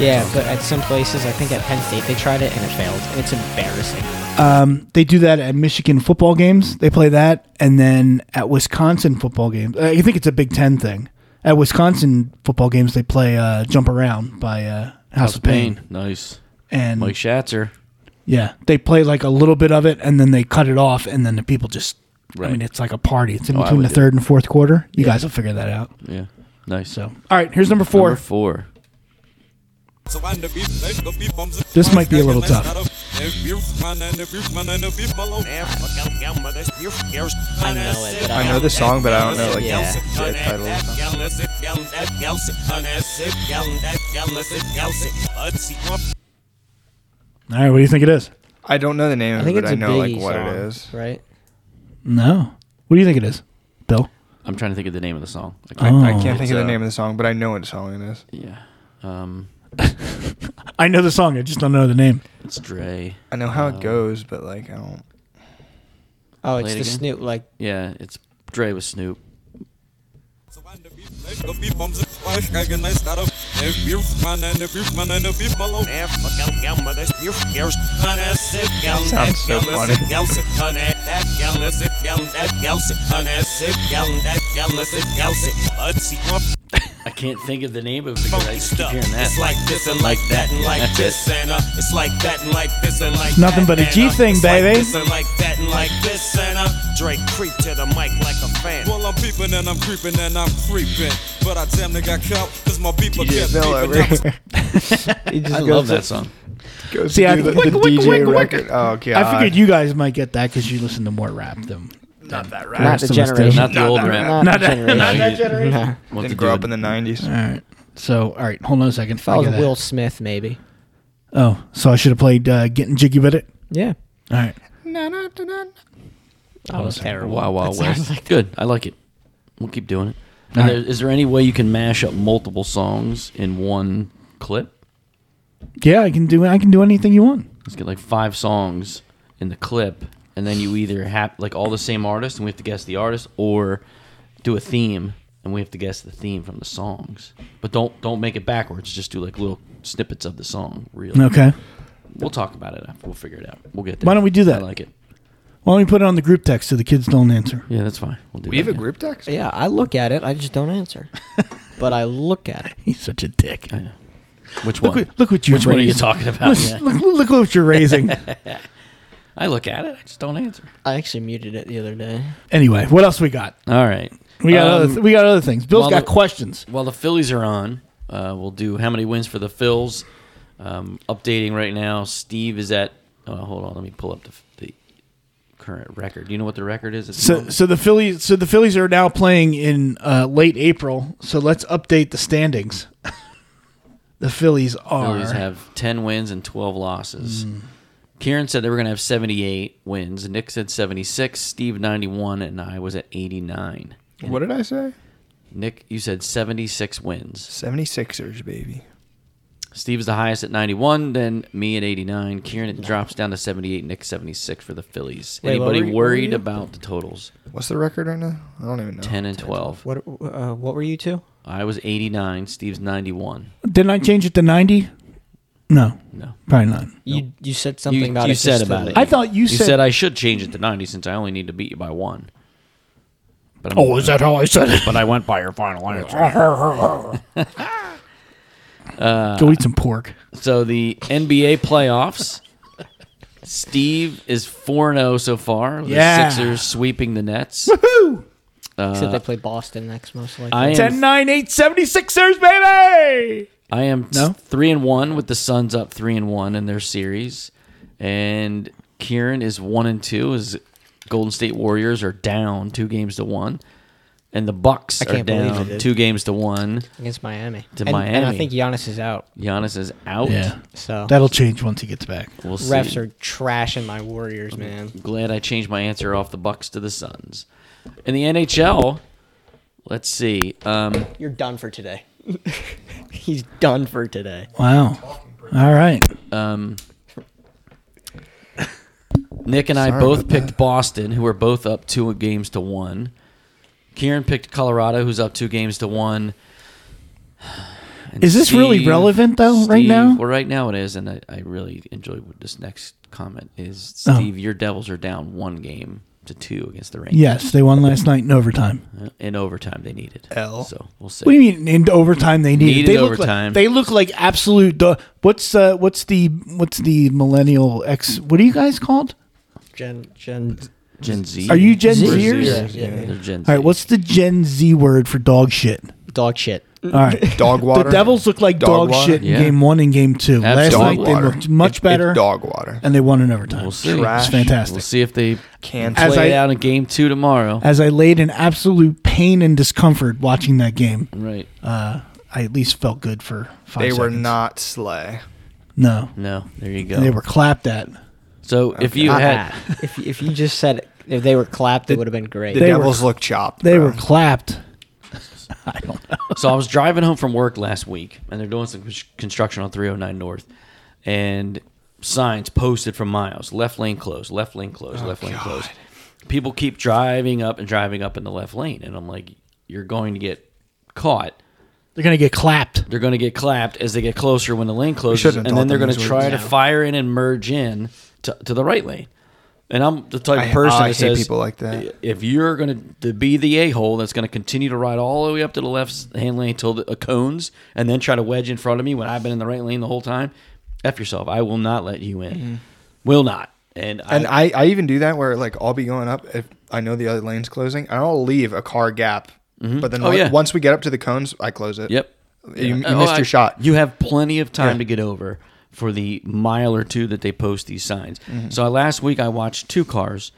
B: Yeah, but at some places, I think at Penn State they tried it and it failed, and it's embarrassing.
A: Um, They do that at Michigan football games. They play that and then at Wisconsin football games. I think it's a Big 10 thing. At Wisconsin football games they play uh, Jump Around by uh, House, of Pain.
D: Nice.
A: And
D: Mike Schatzer.
A: Yeah, they play like a little bit of it, and then they cut it off, and then the people just. I
D: Right.
A: mean, it's like a party. It's in
D: Oh, I
A: between
D: would
A: the
D: do
A: third and fourth quarter. You guys will figure that out.
D: Yeah. Nice.
A: So, all right, here's number four.
D: Number four.
A: This might be a little tough.
B: I know it. But I,
C: I know the song, but I don't know like
B: Yeah.
C: the shit title. or something.
A: All right, what do you think it is?
C: I don't know the name
B: I
C: of it,
B: think
C: but
B: it's
C: I
B: a
C: know like
B: Biggie
C: what
B: song,
C: it is.
B: right?
A: No. What do you think it is, Bill?
D: I'm trying to think of the name of the song. I
C: I,
D: can't-
C: I
A: Oh.
C: can't think of the
D: So-
C: name of the song, but I know what song it is.
D: Yeah. Um,
A: I know the song. I just don't know the name.
D: it's Dre.
C: I know how it goes, but like I don't.
B: Oh,
D: Play
B: it's
D: it
B: the
D: again?
B: Snoop like
D: Yeah, it's Dre with Snoop.
C: Sounds so funny.
G: eh,
D: I can't think of the name of it because I
E: funky
D: just keep
E: stuff.
D: hearing that.
E: It's like this and like that and like this and uh, it's like that and like this and like
A: Nothing but
E: that
A: a
E: and,
A: G
E: uh,
A: thing,
E: it's like
A: baby.
E: this and like that and like this and uh, Drake creep to the mic like a fan.
G: Well, I'm peeping and I'm creeping and I'm creeping. But I damn near got caught because my beeper
C: DJ
G: kept
C: Bill
G: beeping.
C: over
G: I was
C: here.
B: he just
D: I
B: goes
D: love
B: to-
D: that song.
C: Goes
A: See,
C: to
A: I-
C: do the,
A: wicka,
C: the
A: wicka,
C: DJ
A: wicka, wicka.
C: record. Oh god.
A: I figured you guys might get that because you listen to more rap than not that rap.
B: Not the generation.
D: Not the old
C: that
D: rap.
B: Not,
A: Not
B: the
A: that-
B: generation.
A: not that generation.
B: Nah.
D: Want to
C: didn't grow
D: do
C: up
D: it.
C: in the '90s.
A: All right. So, all right, hold on a second.
B: That was
A: I gotta-
B: Will Smith, maybe.
A: Oh, so I should have played uh, "Getting Jiggy with It."
B: Yeah.
A: All right.
B: That was terrible.
D: Wow, wow,
B: That sounds
D: west.
B: like
D: Good. I like it. We'll keep doing it. Now,
A: right.
D: there- Is there any way you can mash up multiple songs in one clip?
A: Yeah, I can do. I can do anything you want.
D: Let's get like five songs in the clip, and then you either have like all the same artist, and we have to guess the artist, or do a theme, and we have to guess the theme from the songs. But don't don't make it backwards. Just do like little snippets of the song. Really,
A: Okay.
D: We'll talk about it. After. We'll figure it out. We'll get there.
A: Why don't we do that?
D: I like it.
A: Why don't we put it on the group text so the kids don't answer?
D: Yeah, that's fine. We'll do.
C: We
D: that,
C: have a
D: yeah.
C: group text.
B: Yeah, I look at it. I just don't answer. but I look at it.
A: He's such a dick.
D: I know. Which
A: Look
D: one?
A: what, look what you're
D: Which one are
A: raising.
D: you talking about?
A: Look,
D: Yeah.
A: look, look what you're raising.
D: I look at it. I just don't answer.
B: I actually muted it the other day.
A: anyway, what else we got?
D: All right.
A: We got other
D: Um,
A: th- we got other things. Bill's
D: while
A: got
D: the-
A: questions.
D: While the Phillies are on, uh, we'll do how many wins for the Phils. Um, updating right now. Steve is at. Oh, hold on. Let me pull up the, the current record. Do you know what the record is? at the
A: So
D: moment?
A: so the Phillies so the Phillies are now playing in uh, late April. So let's update the standings. the Phillies are
D: Phillies have ten wins and twelve losses. Kieran said they were going to have 78 wins. Nick said 76, Steve 91, and I was at 89.
C: What did I say?
D: Nick, you said 76 wins.
C: 76ers, baby.
D: Steve's the highest at 91, then me at 89. Kieran it drops down to 78, Nick 76 for the Phillies.
B: Wait, what
D: Anybody
B: were you- what were
D: worried
B: you? Oh,
D: about the totals?
C: What's the record right now? I don't even know.
D: 10 and 12.
B: What uh, what were you two?
D: I was 89, Steve's 91.
A: Didn't I change it to 90? No,
D: No.
A: probably not.
B: You you said something about
D: you
B: it.
D: said
B: just
D: about
B: to-
D: it.
A: I thought you,
D: You said, I should change it to 90 since I only need to beat you by one. But I'm,
A: oh, is that how I said it?
D: But I went by your final answer. Uh,
A: Go eat some pork.
D: So the NBA playoffs. Steve is 4 0 so far. The
A: Yeah.
D: Sixers sweeping the Nets.
B: Except they play Boston next, most likely.
D: Uh, I am,
A: 10 9 8 76ers, baby!
D: I am
A: No?
D: 3 and 1 with the Suns up 3 and 1 in their series. And Kieran is 1 and 2 as Golden State Warriors are down 2 games to 1. And the Bucks are
B: can't believe it,
D: down
B: dude.
D: 2 games to 1.
B: against Miami.
D: To
B: and, and I
D: Miami.
B: think Giannis is out.
D: Giannis is out.
A: Yeah.
B: So
A: That'll change once he gets back.
D: We'll see.
B: refs are trashing my Warriors, man.
D: glad I changed my answer off the Bucks to the Suns. In the NHL, let's see. Um,
B: You're done for today. He's done for today.
A: Wow. All right.
D: Nick and I
C: Sorry
D: both
C: about
D: picked Boston, who are both up two games to one. Kieran picked Colorado, who's up two games to one. And
A: Is this really relevant, though, right
D: Steve-
A: now?
D: Well, right now it is, and I, I really enjoy what this next comment is.
A: Oh.
D: Steve, your Devils are down one game to two against the Rangers.
A: Yes, they won last night in overtime.
D: Uh, In overtime, they needed.
C: L.
D: So we'll see.
A: What do you mean in overtime they needed?
D: Needed
A: they look
D: overtime.
A: Like, they look like absolute. du- what's uh, what's the what's the millennial X? What are you guys called?
B: Gen Gen
D: Gen Z.
A: Are you Gen
D: We're
A: Zers?
D: Zers,
B: Yeah.
D: They're Gen Z.
A: All right, what's the Gen Z word for dog shit?
B: dog shit.
A: All right,
C: Dog water.
A: the Devils look like
C: Dog
A: dog,
C: water?
A: shit in
D: Yeah.
A: game one and game two.
D: Absolutely.
A: Last
C: Dog
A: night they
C: water.
A: looked much
C: It's- it's
A: better,
C: dog water.
A: and they won in overtime.
D: We'll see.
A: It's
C: Trash.
A: fantastic.
D: We'll see if they
C: Can't.
A: As
D: play
A: I-
D: it out in game two tomorrow.
A: As I laid in absolute pain and discomfort watching that game,
D: Right.
A: uh, I at least felt good for five.
C: They were
A: seconds.
C: not sleigh.
A: No,
D: No, there you go.
A: they were clapped at.
D: so if you
B: Not
D: had,
B: that. Ah, if if you just said if they were clapped, it would have been great.
C: The
A: They were-
C: Devils look chopped.
A: They
C: bro.
A: were clapped. I don't know.
D: so I was driving home from work last week, and they're doing some cons- construction on 309 North, and signs posted from miles: left lane closed, left lane closed, left lane closed. People keep driving up and driving up in the left lane, and I'm like, you're going to get caught.
A: They're gonna get clapped.
D: They're going to get clapped as they get closer when the lane closes,
C: shouldn't have
D: and then
C: taught
D: they're
C: them
D: going to
C: these
D: try
C: words.
D: to fire in and merge in to, to the right lane. And I'm the type
C: I-
D: of person
C: I
D: that
C: hate
D: says,
C: people like that.
D: If you're going to be the a hole that's going to continue to ride all the way up to the left hand lane till the uh, cones, and then try to wedge in front of me when I've been in the right lane the whole time, f yourself. I will not let you in. Will not. And,
C: Mm-hmm. And
D: I,
C: I, I even do that where like I'll be going up if I know the other lane's closing, and I'll leave a car gap. But then
D: Oh,
C: on-
D: yeah.
C: once we get up to the cones, I close it.
D: yep.
C: You, you
D: Oh,
C: missed
D: I-
C: your shot.
D: You have plenty of time
C: Yeah.
D: to get over for the mile or two that they post these signs.
C: Mm-hmm.
D: So I, last week I watched two cars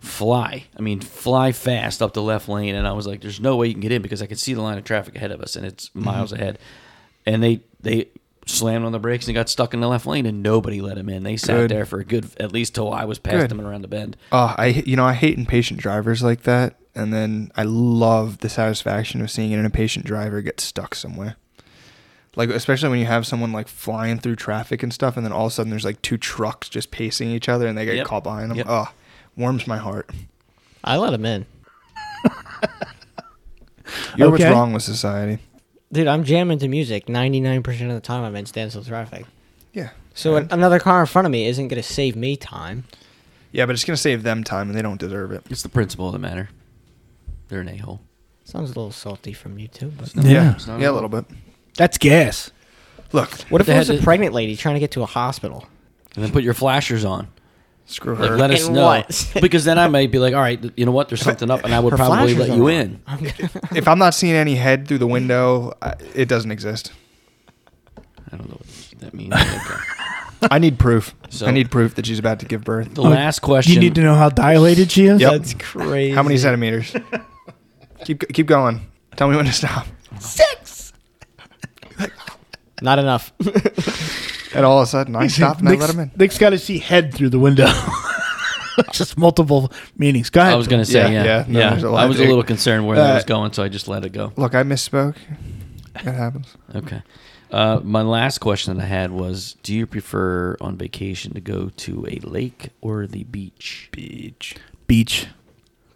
D: fly. I mean, fly fast up the left lane, and I was like, "There's no way you can get in because I could see the line of traffic ahead of us, and it's
C: Mm-hmm.
D: miles ahead." And they they slammed on the brakes and got stuck in the left lane, and nobody let him in. They sat
C: Good.
D: there for a good at least till I was past
C: Good.
D: them and around the bend.
C: Oh, I you know I hate impatient drivers like that, and then I love the satisfaction of seeing an impatient driver get stuck somewhere. Like especially when you have someone like flying through traffic and stuff, and then all of a sudden there's like two trucks just pacing each other, and they get
D: Yep.
C: caught behind them.
D: Yep.
C: Oh, warms my heart.
B: I let him in,
C: You're what's
A: Okay.
C: wrong with society.
B: dude. I'm jamming to music. Ninety nine percent of the time, I'm in standstill traffic.
C: Yeah.
B: So an, another car in front of me isn't going to save me time.
C: Yeah, but it's gonna save them time, and they don't deserve it.
D: It's the principle that matter. They're an a hole.
B: Sounds a little salty from you too, but
A: Yeah.
D: It's not
C: yeah, a
D: wrong.
C: little bit.
A: That's gas.
C: Look,
B: what if
D: They
B: it was
D: had
B: a
D: to-
B: pregnant lady trying to get to a hospital?
D: And then put your flashers on.
C: screw
D: Like,
C: her.
D: let us
B: And
D: know
B: what?
D: because then I may be like, all right, th- you know what? There's something up, and I would
B: Her
D: probably
B: flashers
D: let
B: are
D: you
B: on.
D: in.
C: if I'm not seeing any head through the window, I, it doesn't exist.
D: I don't know what that means. Okay.
C: I need proof.
D: So-
C: I need proof that she's about to give birth.
D: The last question.
A: You need to know how dilated she is.
C: Yep.
B: That's crazy.
C: How many centimeters? keep keep going. Tell me when to stop.
B: Not enough.
C: And all of a sudden, I stopped and I let him in.
A: Nick's got to see head through the window. Just multiple meanings. Go ahead.
D: I was gonna say
C: Yeah, yeah,
D: yeah, yeah.
C: no, there's a lot
D: I was a
C: there.
D: little concerned where that was
C: Uh,
D: going, so I just let it go.
C: Look, I misspoke. It happens.
D: Okay. Uh, my last question that I had was: Do you prefer on vacation to go to a lake or the beach?
C: Beach.
A: beach.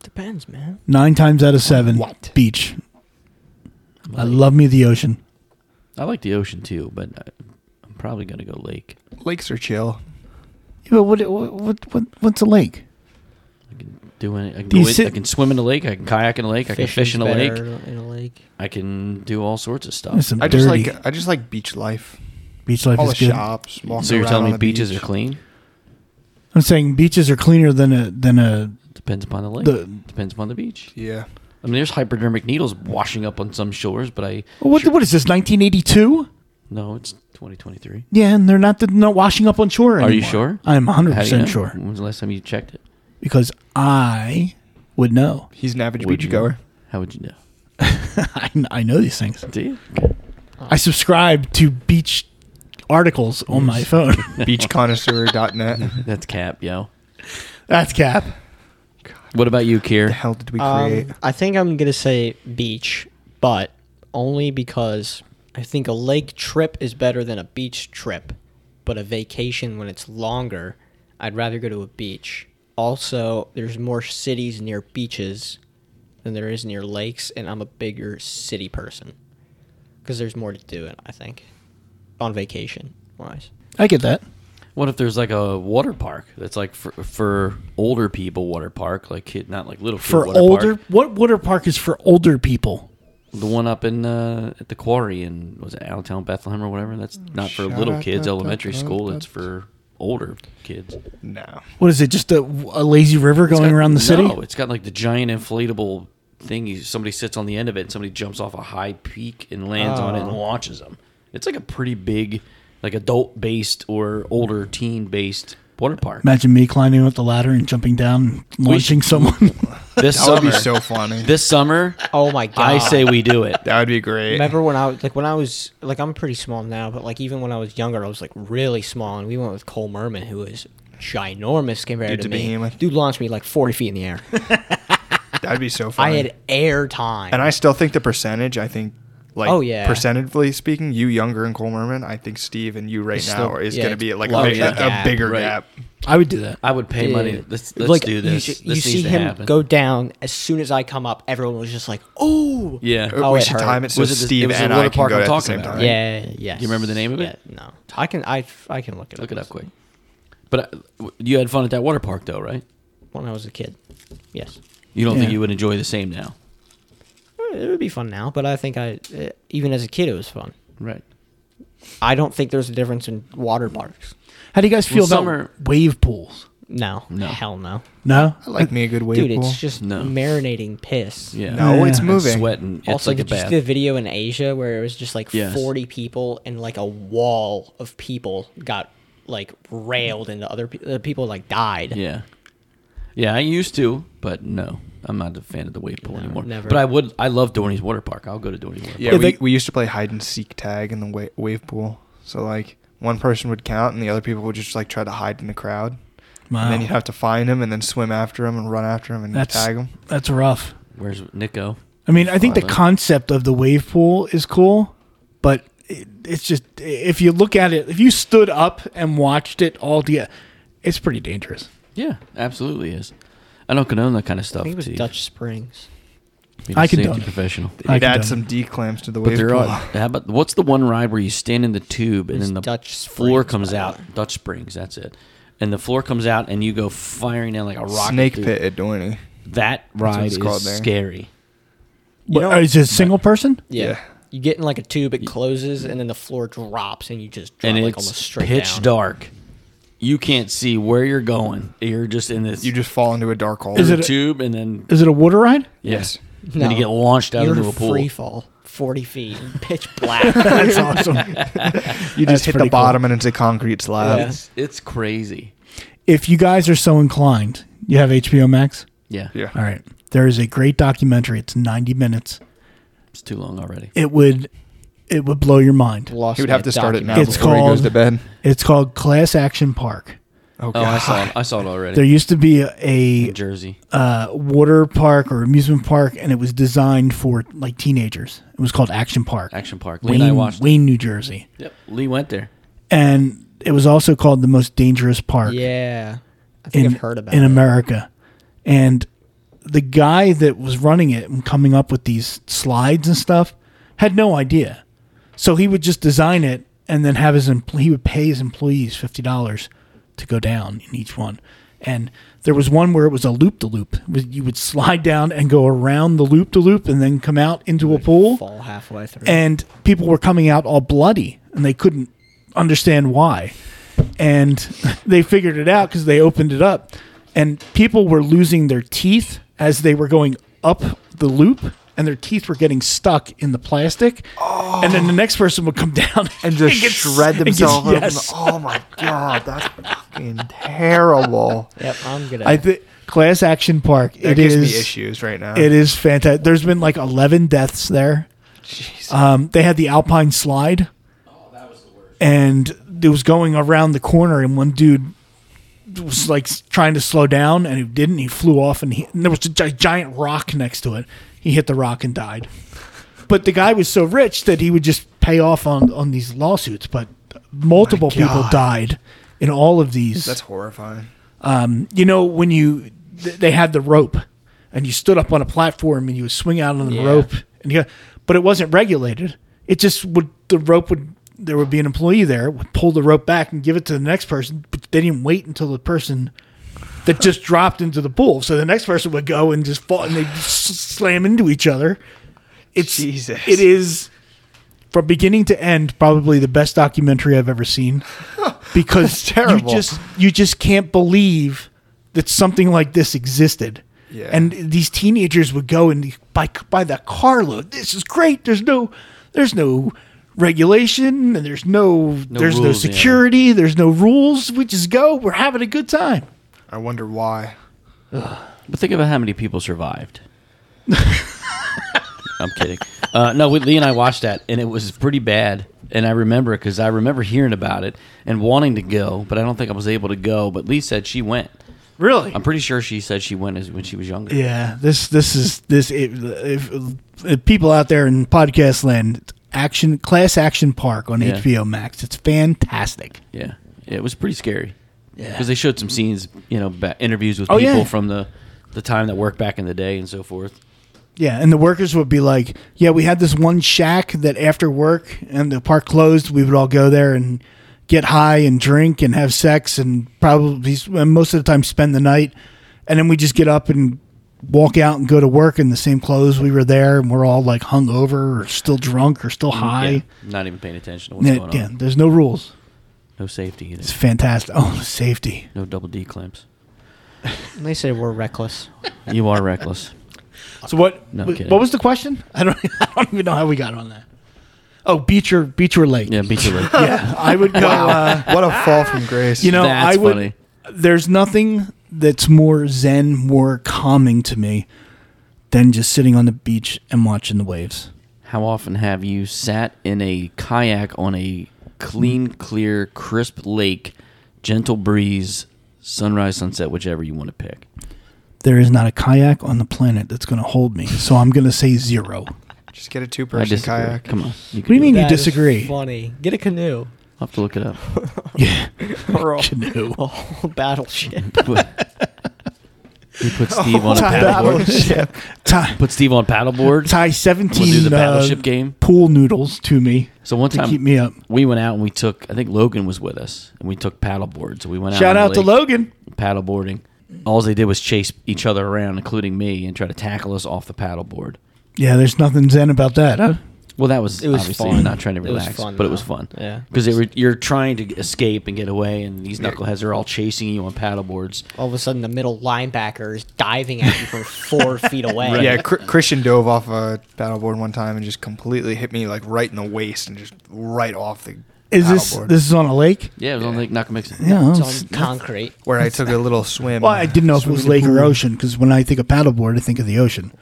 B: Depends, man.
A: Nine times out of seven.
C: What?
A: Beach.
D: I'm a
A: I
D: lake-
A: love me the ocean.
D: I like the ocean too, but I- I'm probably gonna go lake.
C: Lakes are chill.
A: Yeah, but what, what, what, what, what's a lake?
D: I can do any. I can,
A: Do you
D: go in-
A: sit-
D: I can swim in a lake. I can kayak in a lake. I can fish in a lake.
B: In a lake.
D: I can do all sorts of stuff.
A: There's some
C: I just
A: dirty.
C: like I just like beach life.
A: beach life
C: all
A: is
C: the
A: good.
C: shops. Walking
D: So you're
C: around
D: telling
C: on
D: me
C: the
D: beaches
C: beach.
D: are clean?
A: I'm saying beaches are cleaner than a than a
D: Depends upon the lake.
A: The-
D: Depends upon the beach.
C: Yeah.
D: I mean, there's hypodermic needles washing up on some shores, but I
A: what what is this 1982?
D: no, it's 2023.
A: Yeah, and they're not the, not washing up on shore.
D: Are you
A: anymore.
D: sure?
A: I'm 100
D: How do you know?
A: percent sure
D: When was the last time you checked it?
A: because I would know.
C: He's an average
D: Would
C: beach
D: you-
C: goer.
D: How would you know?
A: I, kn- I know these things.
D: Do you?
A: I subscribe to beach articles on my phone.
C: Beachconnoisseur.net.
D: That's cap, yo.
A: That's cap.
D: What about you,
C: the
D: Kier?
C: hell did we create?
B: Um, I think I'm gonna say beach, but only because I think a lake trip is better than a beach trip. But a vacation when it's longer, I'd rather go to a beach. Also, there's more cities near beaches than there is near lakes, and I'm a bigger city person because there's more to do. I think on vacation wise.
A: I get that.
D: What if there's like a water park that's like for, for older people water park, like kid, not like little kid
A: For
D: water
A: older,
D: park.
A: what water park is for older people?
D: the one up in uh, at the quarry in was it Allentown Bethlehem or whatever? That's not for
C: Shout
D: little
C: out
D: kids,
C: that-
D: elementary
C: that-
D: school.
C: that-
D: It's for older kids.
C: no.
A: What is it? Just a, a lazy river going around the city?
D: No, it's got like the giant inflatable thing. You, somebody sits on the end of it, and somebody jumps off a high peak and lands on it and launches them. It's like a pretty big, like adult based or older teen based water park.
A: Imagine me climbing up the ladder and jumping down, and launching someone.
D: This
C: That would
D: summer,
C: be so funny.
D: this summer,
B: Oh my god!
D: I say we do it.
C: that would be great.
B: Remember when I was like when I was like I'm pretty small now, but like even when I was younger, I was like really small, and we went with Cole Merman, who is ginormous compared
C: Dude's
B: to
C: a
B: me.
C: behemoth.
B: Dude launched me like 40 feet in the air.
C: That'd be so funny.
B: I had air time.
C: and I still think the percentage. I think, like,
B: Oh, yeah.
C: percentage-ly speaking, you younger and Cole Merman. I think Steve and you right
B: It's
C: now
B: still-
C: is
B: yeah,
C: going to
B: it's
C: be like a,
B: larger
C: big- a- a
B: gap,
C: bigger
D: right.
C: gap.
A: I would do that.
D: I would pay money. Let's, let's
B: Like,
D: do
B: you
D: this.
B: see-
D: this
B: You,
D: needs
B: see
D: to
B: him
D: happen.
B: go down as soon as I come up. Everyone was just like, "Oh,
D: Yeah.
C: Uh,
B: Oh,
C: we
B: it
C: should
B: hurt.
C: time it so
D: Was it the-
C: Steve
D: it was the
C: and
D: water
C: I can
D: park
C: go
D: I'm
C: at the
D: talking
C: same
D: about,
C: time.
D: right?
B: yeah, yes."
D: You remember the name of
B: Yeah,
D: it?
B: no, I can. I I can look it
D: Look
B: up.
D: it up quick. But uh, you had fun at that water park, though, right?
B: When I was a kid, yes,
D: You don't think
A: Yeah.
D: you would enjoy the same now,
B: it would be fun now, but I think I eh, even as a kid it was fun.
D: right?
B: I don't think there's a difference in water parks.
A: How do you guys feel
D: Well,
A: about
D: summer-
A: wave pools?
B: No,
D: No.
B: hell no.
A: No,
C: I like me a good wave
B: Dude,
C: pool.
B: it's just
D: No.
B: marinating piss.
D: Yeah.
C: no,
A: Yeah.
C: it's
A: And
C: moving.
D: Sweating. It's
B: Also,
D: like a
B: did you
D: bath.
B: see the video in Asia where it was just like
D: Yes.
B: 40 people and like a wall of people got like railed into other pe- uh, people like died?
D: yeah. Yeah, I used to, but no. I'm not a fan of the wave pool anymore.
B: never.
D: But I would I love Dorney's water park. I'll go to Dorney's water
C: Yeah,
A: Yeah,
C: we,
A: they-
C: we used to play hide and seek tag in the wa- wave pool. So like one person would count, and the other people would just like try to hide in the crowd.
A: wow,
C: And then you'd have to find him, and then swim after him, and run after him, and
A: that's
C: tag him.
A: that's rough.
D: park. Where's Nico?
A: I mean, I think the
D: Fun.
A: concept of the wave pool is cool, but it, it's just if you look at it, if you stood up and watched it all together, it's pretty dangerous.
D: Yeah, absolutely is. I don't condone that kind of stuff.
B: I think it was
D: Steve.
B: Dutch Springs.
D: Being
A: I
D: a
A: condone
D: safety
A: it.
D: professional.
A: I
C: You'd
A: can
C: add
A: do
C: some D clams to the
D: But
C: wave
D: there
C: pool.
D: are. How about what's the one ride where you stand in the tube and
B: It's
D: then the
B: Dutch Springs,
D: floor comes
B: by the
D: out?
B: way.
D: Dutch Springs, that's it. And the floor comes out and you go firing down like a rocket.
C: Snake
D: through-
C: pit at Doiney.
D: That
C: what
D: ride
C: it's
D: is
C: called there.
D: scary.
A: But
B: know-
A: is it a single person?
B: Yeah.
C: Yeah.
B: You get in like a tube, it closes, and then the floor drops, and you just drop
D: and
B: like
D: it's
B: almost straight
D: pitch
B: down.
D: dark. You can't see where you're going. You're just in this
C: You just fall into a dark hole.
A: Is it- a-
D: tube, and then
A: Is it a water ride?
C: yes.
D: yeah. then you get launched out
B: You're
D: into
B: in
D: a pool.
B: free fall, 40 feet, pitch black.
A: That's awesome.
C: You
A: That's
C: just hit
A: pretty
C: the
A: cool.
C: bottom and it's a concrete slab.
B: Yeah.
D: It's it's crazy.
A: If you guys are so inclined, you have HBO Max.
D: Yeah,
C: Yeah.
A: All right, there is a great documentary. It's ninety minutes.
D: it's too long already.
A: It would It would blow your mind.
B: Lost
C: He would
B: me
C: have
B: a
C: to start it now
B: document.
A: It's
C: before he
A: called-
C: goes to bed.
A: It's called Class Action Park.
C: Oh,
D: Oh, I
C: God.
D: saw it. I saw it
A: There
D: already.
A: used to be a, a
D: Jersey.
A: uh, water park or amusement park, and it was designed for like teenagers. It was called Action Park.
D: Action Park. Lee
A: Wayne,
D: and I watched.
A: Wayne, New Jersey,
D: Yep. Lee went there.
A: and it was also called the most dangerous park
B: Yeah, I think
A: in
B: I've heard about
A: in
B: it.
A: America. And the guy that was running it and coming up with these slides and stuff had no idea. So he would just design it and then have his empl- he would pay his employees fifty dollars to go down in each one. And there was one where it was a loop to loop. You would slide down and go around the loop to loop and then come out into a pool
B: Fall halfway through.
A: and people were coming out all bloody and they couldn't understand why and they figured it out because they opened it up and people were losing their teeth as they were going up the loop and their teeth were getting stuck in the plastic and then the next person would come down
C: And just
A: get-
C: shred
A: and get-
C: themselves. open.
A: yes.
C: Oh my God, that's fucking terrible.
B: yep, I'm gonna.
A: i think class action park
C: That
A: it
C: gives
A: is
C: me issues right now.
A: it is fantastic there's been like 11 deaths there
C: Jeez. Oh,
A: Um, they had the Alpine slide. And it was going around the corner, and one dude was like s- trying to slow down, and he didn't. He flew off, and, he, and there was a gi- giant rock next to it. He hit the rock and died. But the guy was so rich that he would just pay off on, on these lawsuits. But multiple people
C: God.
A: died in all of these
C: That's horrifying.
A: Um, you know when you th- they had the rope and you stood up on a platform and you would swing out on the
B: Yeah.
A: rope and you but it wasn't regulated it just would the rope would there would be an employee there would pull the rope back and give it to the next person but they didn't wait until the person that just dropped into the pool so the next person would go and just fall and they slam into each other it's
C: Jesus.
A: it is from beginning to end probably the best documentary I've ever seen because you
C: terrible.
A: just you just can't believe that something like this existed.
C: Yeah.
A: And these teenagers would go and by by the carload. This is great. There's no there's no regulation and there's no, there's no
D: rules, yeah.
A: security, there's no rules. We just go. We're having a good time.
C: I wonder why.
D: But think about how many people survived. I'm kidding. Uh, no, we, Lee and I watched that, and it was pretty bad. And I remember it because I remember hearing about it and wanting to go, but I don't think I was able to go. But Lee said she went.
A: Really?
D: I'm pretty sure she said she went as, when she was younger.
A: Yeah, this this is this if, if, if people out there in podcast land, it's action class action park on
D: Yeah.
A: HBO Max. It's fantastic.
D: Yeah. Yeah, it was pretty scary. Yeah, because they showed some scenes, you know, ba- interviews with
A: Oh,
D: people
A: yeah.
D: from the the time that worked back in the day and so forth.
A: Yeah, and the workers would be like, "Yeah, we had this one shack that after work and the park closed, we would all go there and get high and drink and have sex and probably and most of the time spend the night, and then we just get up and walk out and go to work in the same clothes we were there, and we're all like hungover or still drunk or still high."
D: Yeah, not even paying attention to what's
A: Yeah,
D: going
A: yeah,
D: on.
A: there's no rules.
D: No safety either.
A: It's fantastic. Oh, safety.
D: No double D clamps.
B: And they say we're reckless.
D: You are reckless.
A: So what?
D: No,
A: wh-
D: kidding.
A: what was the question? I don't. I don't even know how we got on that. Oh, beach or beach or lake?
D: Yeah, beat you late.
A: Yeah, I would go. Uh,
C: What a fall from grace.
A: you know,
D: That's
A: I would.
D: funny.
A: There's nothing that's more zen, more calming to me than just sitting on the beach and watching the waves.
D: How often have you sat in a kayak on a clean, clear, crisp lake, gentle breeze, sunrise, sunset, whichever you want to pick?
A: There is not a kayak on the planet that's going to hold me, so I'm going to say zero. What
C: just get a
D: I
C: two-person
D: disagree.
C: kayak.
D: Come on. You
A: do you mean you
B: That is
A: disagree?
B: Funny. Get a canoe.
D: I'll have to look it up.
A: Yeah,
C: Pearl.
A: canoe.
B: A whole battleship.
D: we put Steve
A: Oh,
D: on a paddleboard.
C: Battleship.
A: Tie,
D: Put Steve on paddleboard.
A: tie
D: We'll do
A: 17
D: the battleship
A: uh,
D: game.
A: pool noodles to me
D: So one
A: to
D: time
A: keep me up.
D: we went out and we took. I think Logan was with us, and we took paddleboard. So we went out.
A: Shout
D: on
A: out
D: the
A: to
D: lake.
A: Logan.
D: paddleboarding. All they did was chase each other around, including me, and try to tackle us off the paddleboard.
A: Yeah, there's nothing zen about that. Huh?
D: Well, that was,
B: It was
D: obviously
B: fun.
D: not trying to
B: It was
D: relax,
B: fun,
D: but it was
B: though.
D: fun.
B: Yeah.
D: because you're trying to escape and get away, and these knuckleheads are all chasing you on paddleboards.
B: All of a sudden, the middle linebacker is diving at you from four feet away.
C: Yeah, Cr- Christian dove off a paddleboard one time and just completely hit me like right in the waist and just right off the
A: Is this
C: paddleboard.
A: this is on a lake?
D: Yeah, it was on Lake Nakamixon.
A: Yeah.
B: It's on concrete.
C: where I took a little swim.
A: Well, I didn't know if it was
C: Swim in
A: lake
C: the
A: or
C: pool.
A: ocean because when I think of paddleboard, I think of the ocean.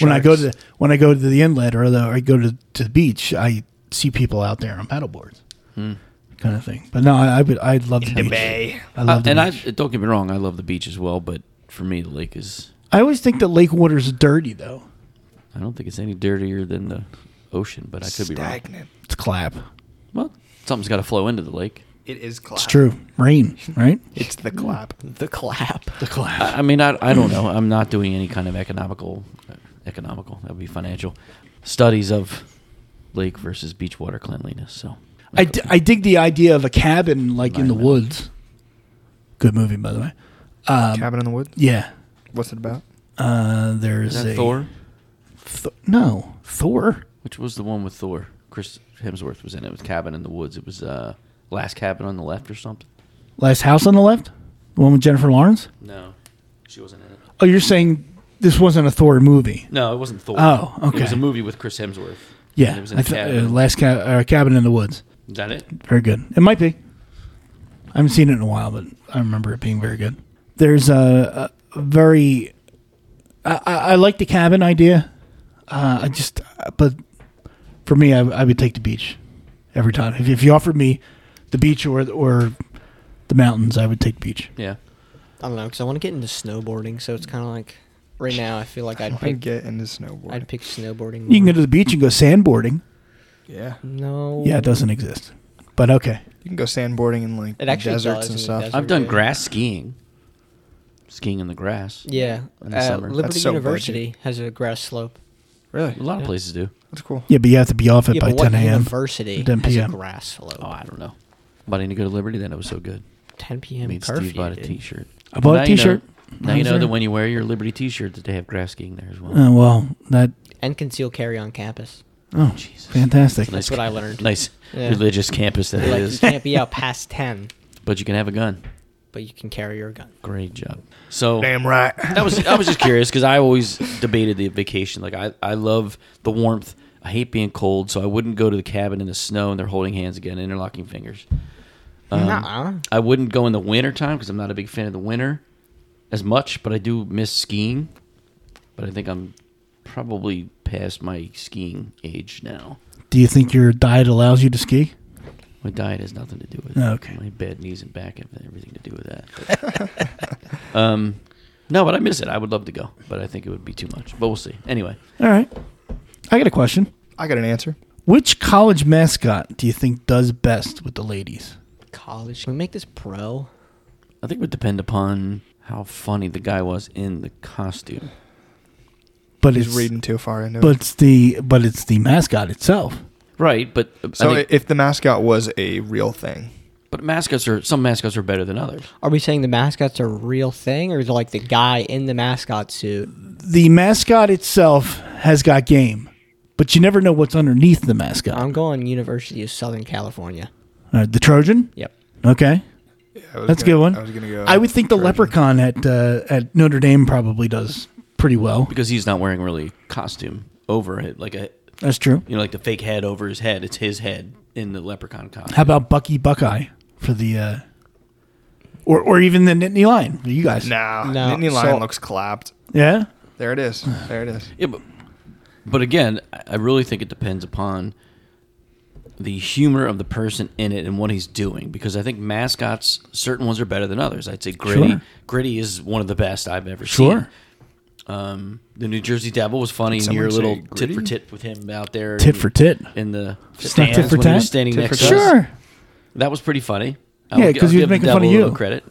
A: When I go to the, when I go to the inlet or the, or I go to, to the beach, I see people out there on paddleboards, kind of thing. But no, I, I would. I'd love the, beach. I love the
D: Uh, and I
A: beach.
D: don't get me wrong, I love the beach as well, but for me, the lake is.
A: I always think that lake water's dirty though.
D: I don't think it's any dirtier than the ocean, but I could be wrong.
C: Stagnant.
A: It's clap.
D: Well, something's got to flow into the lake.
C: It is clap.
A: It's true. Rain, right?
C: It's the clap.
B: The clap.
A: The clap.
D: I I mean, I, I don't know. I'm not doing any kind of economical, uh, economical. That would be financial studies of lake versus beach water cleanliness. So
A: I, d- I dig the idea of a cabin like in the woods. Good movie, by the way. Um,
C: Cabin in the woods.
A: Yeah,
C: What's it about?
A: uh, there's
D: is
A: a
D: that Thor?
A: Th- no, Thor.
D: Which was the one with Thor? Chris Hemsworth was in it with Cabin in the Woods. It was uh, Last Cabin on the Left or something.
A: Last house on the left, the one with Jennifer Lawrence.
D: No, she wasn't in it.
A: Oh, you're saying this wasn't a Thor movie?
D: No, it wasn't Thor.
A: Oh, okay.
D: It was a movie with Chris Hemsworth.
A: Yeah,
D: And it was in
A: I
D: a
A: thought-
D: cabin.
A: uh, last ca- uh, cabin in the woods.
D: Is that it?
A: Very good. It might be. I haven't seen it in a while, but I remember it being very good. There's a, a very. I, I, I like the cabin idea. Uh, I just, but for me, I, I would take the beach every time. If, if you offered me the beach or or the mountains, I would take beach.
D: Yeah.
B: I don't know because I want to get into snowboarding. So it's kind of like right now I feel like
C: I
B: I'd
C: want to
B: pick
C: get into snowboarding.
B: I'd pick snowboarding.
A: You can
B: more.
A: go to the beach and go sandboarding.
C: yeah,
B: no.
A: Yeah, it doesn't exist, but okay.
C: you can go sandboarding in like
B: It actually
C: deserts
B: does in
C: and
B: the
C: stuff.
B: desert.
D: I've done
B: Yeah.
D: grass skiing. Skiing in the grass.
B: Yeah,
D: In the
B: uh,
D: summer.
B: Liberty
C: That's so
B: University has a grass slope.
C: Really,
D: A lot of places do.
C: that's cool.
A: Yeah, but you have to be off it
B: yeah,
A: by
B: but what
A: 10 a.m.
B: university
A: 10
B: has a
A: p.m..
B: grass slope?
D: Oh, I don't know. But I didn't go to Liberty. Then it was so good.
B: 10 p.m.
D: Me and
B: curfew.
D: Steve bought a
B: dude.
D: T-shirt.
A: I bought a
D: Now you know-
A: T-shirt. I
D: now you
A: was
D: know that
A: there.
D: when you wear your Liberty T-shirt, that they have grass skiing there as well.
A: Oh, well, that
B: and conceal carry on campus.
A: oh,
D: Jesus.
A: fantastic.
B: That's what I learned.
D: Nice
B: Yeah.
D: religious campus that
B: They're
D: it
B: like you
D: is.
B: can't be out past 10,
D: but you can have a gun.
B: but you can carry your gun.
D: Great job. So
C: Damn right.
D: I was I was just curious because I always debated the vacation. Like I I love the warmth. I hate being cold, so I wouldn't go to the cabin in the snow and they're holding hands again, interlocking fingers. Um,
B: Nuh-uh.
D: I wouldn't go in the winter time because I'm not a big fan of the winter as much, but I do miss skiing. But I think I'm probably past my skiing age now.
A: Do you think your diet allows you to ski?
D: My diet has nothing to do with it.
A: Oh, okay.
D: My bad knees and back have everything to do with that. But, um, no, but I miss it. I would love to go, but I think it would be too much. But we'll see. Anyway,
A: All right. I got a question.
C: I got an answer.
A: Which college mascot do you think does best with the ladies?
B: College. Can we make this pro?
D: I think it would depend upon how funny the guy was in the costume.
A: But
C: He's
A: it's
C: reading too far into
A: but
C: it.
A: it's the but it's the mascot itself.
D: Right, but
C: So
D: I think,
C: if the mascot was a real thing,
D: but mascots are some mascots are better than others.
B: Are we saying the mascots are a real thing, or is it like the guy in the mascot suit?
A: The mascot itself has got game, but you never know what's underneath the mascot.
B: I'm going University of Southern California.
A: All right, the Trojan.
B: Yep.
A: Okay,
C: I was
A: that's a
C: gonna-
A: good one.
C: I was gonna go.
A: I would think the
C: Trojan.
A: leprechaun at uh, at Notre Dame probably does pretty well.
D: because he's not wearing really costume over it, like a
A: That's true.
D: you know like the fake head over his head. It's his head in the leprechaun costume.
A: How about Bucky Buckeye for the, uh, or or even the Nittany Lion? You guys,
C: Nah,
B: No,
C: Nittany
B: so-
C: Lion looks clapped.
A: yeah.
C: There it is. There it is.
D: Yeah, but, but again, I I really think it depends upon the humor of the person in it and what he's doing because I think mascots, certain ones are better than others. I'd say Gritty.
A: Sure.
D: Gritty is one of the best I've ever
A: Sure.
D: seen. Um, the New Jersey Devil was funny, and
C: someone
D: your
C: say
D: little tit for
C: Gritty?
D: tit with him out there.
A: Tit
D: in-
A: for tit.
D: In the
A: It's not tit
D: stands
A: for
D: when he was
A: tat?
D: standing
C: Tit
D: next
C: for
D: to
C: tat.
D: us.
A: Sure.
D: That was pretty funny. I
A: Yeah,
D: will gi-
A: 'cause
D: I'll
A: he was
D: give the
A: making fun
D: devil
A: of
D: a little
A: you.
D: Credit.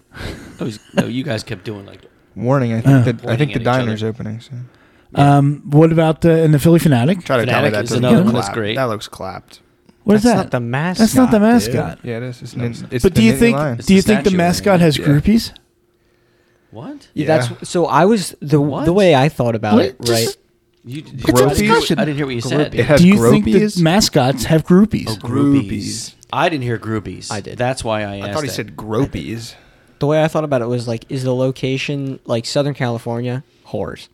D: I was- no, you guys kept doing like
C: Warning. I think that I
D: Warning
C: think
D: at
C: the
D: each other.
C: diner's opening soon.
A: Um, what about the in the Philly fanatic?
C: Try to tell me
D: Fanatic
C: that
D: is
C: doesn't
D: another
C: look
D: one that's
C: clapped.
D: great.
C: That looks clapped.
A: What is
B: That's
A: that?
B: not the mascot.
A: That's not the
B: dude.
A: mascot.
C: Yeah, it is. It's nin-
A: But
C: it's the
A: do you
C: Nittany
A: think
C: Lion.
A: do you think the
D: statue,
A: mascot
D: right?
A: has
C: Yeah.
A: groupies?
D: what?
C: Yeah.
B: Yeah, That's so. I was the
D: What?
B: the way I thought about
A: What?
B: it. Right.
A: Just-
D: You, you,
A: It's a
D: I didn't hear what-
A: discussion.
D: I didn't hear what you said.
C: It has
A: do you think
C: groupies.
A: that mascots have groupies?
D: Oh, groupies. I didn't hear groupies.
B: I did.
D: That's why I asked.
C: I thought he
D: that.
C: said gropies.
B: the way I thought about it was like, is the location like Southern California whores?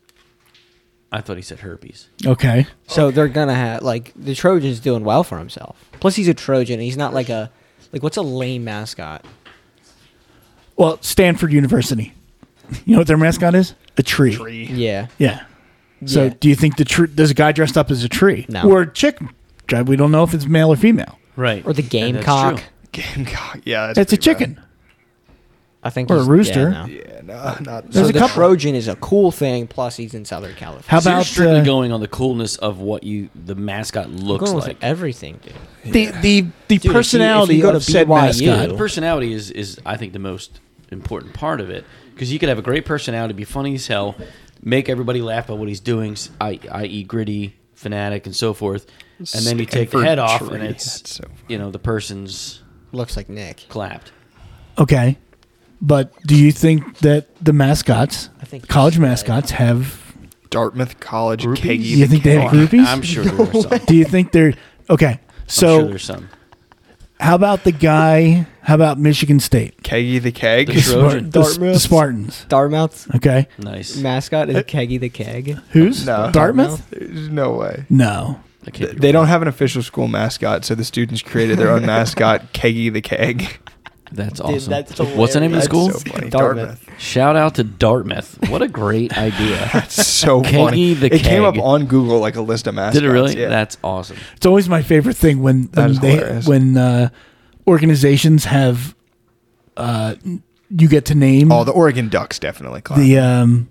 D: I thought he said herpes.
A: Okay.
B: So they're gonna have like the Trojan's doing well for himself. Plus he's a Trojan. and He's not like a like what's a lame mascot?
A: Well, Stanford University. You know what their mascot is? A tree.
C: Tree.
B: Yeah.
A: Yeah. So
B: Yeah.
A: do you think the tree? There's a guy dressed up as a tree,
B: No.
A: or a chick drive. We don't know if it's male or female.
D: Right.
B: Or the
D: And that's
B: gamecock.
D: true.
C: Gamecock. Yeah, that's
A: It's a
C: pretty bad.
A: chicken.
B: I think
A: Or a
B: he's-
A: rooster.
B: yeah, no.
C: Yeah, no, not.
A: There's
B: So
A: a
B: the
A: couple.
B: Trojan is a cool thing. Plus, he's in Southern California.
A: How
D: So you're
A: about
D: strictly
A: uh,
D: going on the coolness of what you the mascot
B: I'm
D: looks
B: going with
D: like.
B: everything, dude.
A: the the the
B: if you- if
A: personality
B: you go
A: of
B: to
A: said
B: BYU,
A: mascot?
B: Ew.
D: Personality is is I think the most important part of it because you could have a great personality, be funny as hell, make everybody laugh by what he's doing, s- i- i.e., gritty, fanatic, and so forth, and then you take the
C: Stanford
D: head off,
C: tree.
D: and it's
C: That's so funny.
D: you know the person's
B: Looks like Nick.
D: clapped.
A: Okay, but do you think that the mascots,
B: I think
A: college
B: he's right.
A: mascots, have?
C: Dartmouth College Keggy.
A: You think they have groupies?
D: I'm sure there are some.
A: do you think they're okay?
D: I'm sure
A: So
D: there's some.
A: how about the guy? How about Michigan State?
C: Keggy the keg.
D: The Trojan.
A: the, the
B: Dartmouth.
A: Spartans.
B: Dartmouth's
A: Okay,
D: Nice.
B: mascot is Keggy the Keg.
A: who's
C: No.
A: Dartmouth?
C: There's no way.
A: No.
D: I can't be
C: They don't
D: wrong.
C: have an official school mascot, so the students created their own mascot, Keggy the Keg.
D: That's
B: Dude,
D: awesome.
B: that's
D: What's the name of the
B: hilarious.
D: school?
C: So funny.
B: Dartmouth.
C: Dartmouth.
D: Shout out to Dartmouth. What a great idea.
C: So
D: Keggy
C: funny.
D: the
C: it came up
D: Keg.
C: on Google like a list of mascots.
D: Did it really?
C: Yeah.
D: That's awesome.
A: It's always my favorite thing when
C: That
A: when
C: is
A: they
C: hilarious.
A: when uh, organizations have uh, you get to name
C: oh, the Oregon Ducks definitely. Climbed.
A: the um,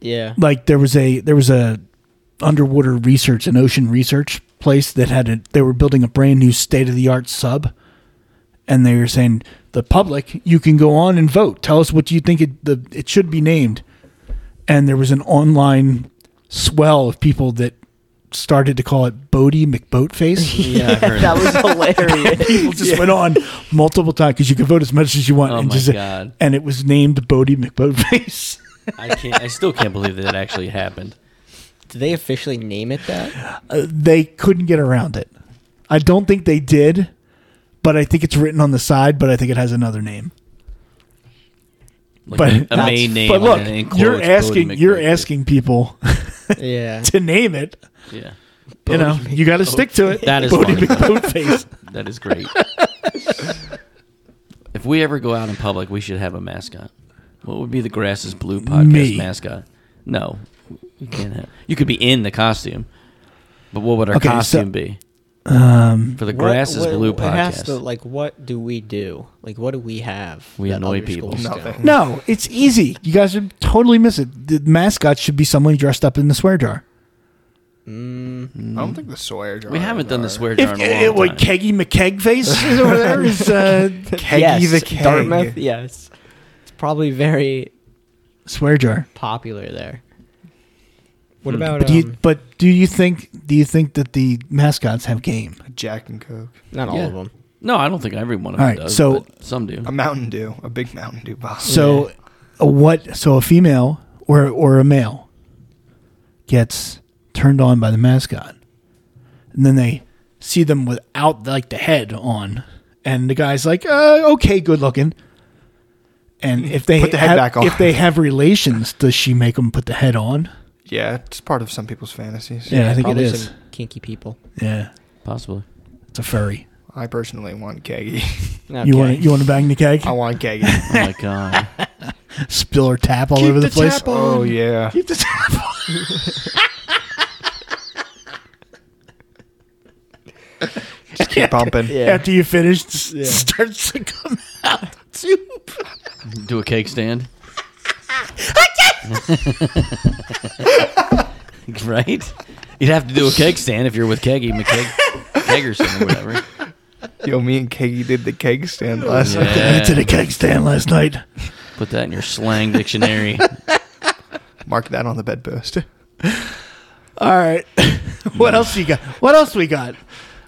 B: Yeah.
A: like there was a there was a underwater research and ocean research place that had a they were building a brand new state of the art sub and they were saying the public you can go on and vote tell us what you think it the it should be named and there was an online swell of people that started to call it Bodie McBoatface
D: Yeah, I heard
B: That was hilarious.
A: people just went on multiple times because you could vote as much as you want
D: Oh
A: and
D: my
A: just
D: God.
A: and it was named Bodie McBoatface
D: I can't. I still can't believe that it actually happened.
B: Did they officially name it that?
A: they couldn't get around it. I don't think they did, but I think it's written on the side, but I think it has another name.
D: Like
A: But
D: a main name.
A: But
D: like
A: look,
D: an enclosed
A: you're
D: building
A: asking
D: make
A: you're
D: like this.
A: asking people
B: Yeah.
A: to name it.
D: Yeah,
A: You know, you got to stick to it.
D: That is
A: Bodie
D: funny.
A: McBoatface.
D: that is great. if we ever go out in public, we should have a mascot. What would be the grass is blue podcast
A: Me.
D: mascot? No, you can't have. You could be in the costume, but what would our
A: Okay, so-
D: costume be? Um, For the grass is blue
B: It has
D: podcast.
B: to, like, what do we do? Like, what do we have?
D: We
B: that
D: annoy
B: other
D: people.
B: schools don't?
C: Nothing.
A: No, it's easy. You guys would totally miss it. The mascot should be someone dressed up in the swear jar.
B: Mm,
C: I don't think the Sawyer jar.
D: um, we haven't done the
C: are-
D: swear
A: If
D: jar in a
A: it,
D: long
A: what
D: time.
A: Keggy McKegface is over there is uh,
C: Keggy
B: yes,
C: the Keg.
B: Dartmouth, yes. It's probably very
A: swear jar.
B: popular there. What about um,
A: But do you, but do you think do you think that the mascots have game?
C: Jack and Coke.
B: not all
D: Yeah.
B: of them?
D: No, I don't think every one of them
A: All right,
D: does.
A: so-
D: but some do.
C: A Mountain Dew. A big Mountain Dew bottle.
A: So, a what? So a female or or a male gets turned on by the mascot, and then they see them without like the head on, and the guy's like, uh, "Okay, good looking." And if they
C: Put the head
A: have,
C: back on.
A: if they have relations, does she make them put the head on?
C: yeah, it's part of some people's fantasies.
A: Yeah, I think it
B: probably
A: is.
B: some kinky people.
A: Yeah,
D: Possibly.
A: it's a furry.
C: I personally want Keggy.
B: Okay.
A: You want you want to bang the keg,
C: I want Keggy.
D: Oh my god.
A: spill or tap all over the, place.
C: oh yeah.
A: Keep the tap on.
C: Just keep pumping.
B: yeah.
A: After you finish, s- starts to come out the tube.
D: Do a cake stand. right? You'd have to do a keg stand if you're with Keggy McKeg Kegerson or whatever.
C: Yo, me and Keggy did the keg stand last night.
A: I did a
D: Yeah.
A: keg stand last night.
D: Put that in your slang dictionary. Uh,
C: Mark that on the bedpost.
A: All right. what else you got? What else we got?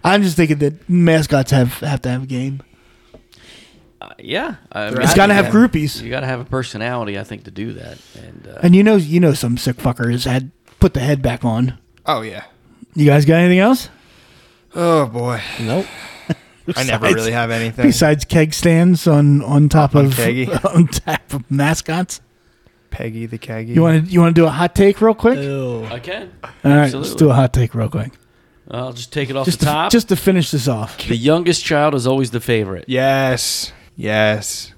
A: I'm just thinking that mascots have have to have a game.
D: Uh, yeah. I mean,
A: It's
D: I
A: got to
D: think
A: have
C: yeah.
A: groupies.
D: You got to have a personality, I think, to do that. And, uh,
A: And you know, you know, some sick fucker has had put the head back on.
C: Oh yeah.
A: You guys got anything else
C: Oh boy.
B: Nope.
C: I never
A: Besides-
C: really have anything.
A: besides keg stands on on top
C: On
A: of
C: keggy.
A: on top of mascots?
C: Peggy the Keggy.
A: You want to you want to do a hot take real quick?
B: Ew.
D: I can.
A: All right, let's
D: absolutely.
A: do a hot take real quick.
D: I'll just take it off
A: Just
D: the
A: to,
D: top.
A: just to finish this off.
D: the youngest child is always the favorite.
C: Yes. Yes.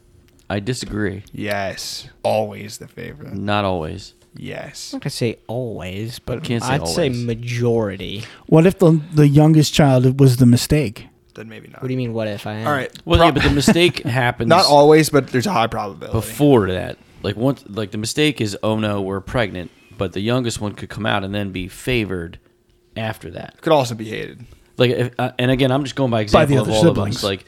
D: I disagree.
C: Yes. Always the favorite.
D: Not always.
C: Yes.
B: I'm not gonna say always, but
D: Can't say
B: I'd say
D: always.
B: majority.
A: What if the the youngest child was the mistake?
C: Then maybe not.
B: What do you mean? What if I? Am?
C: All right.
D: Well,
C: Pro-
D: yeah, but the mistake happens
C: not always, but there's a high probability.
D: before that. Like once, like the mistake is, oh no, we're pregnant. But the youngest one could come out and then be favored after that.
C: Could also be hated.
D: Like, if, uh, and again, I'm just going by
A: By the
D: example of
A: other
D: all
A: siblings.
D: of us. Like,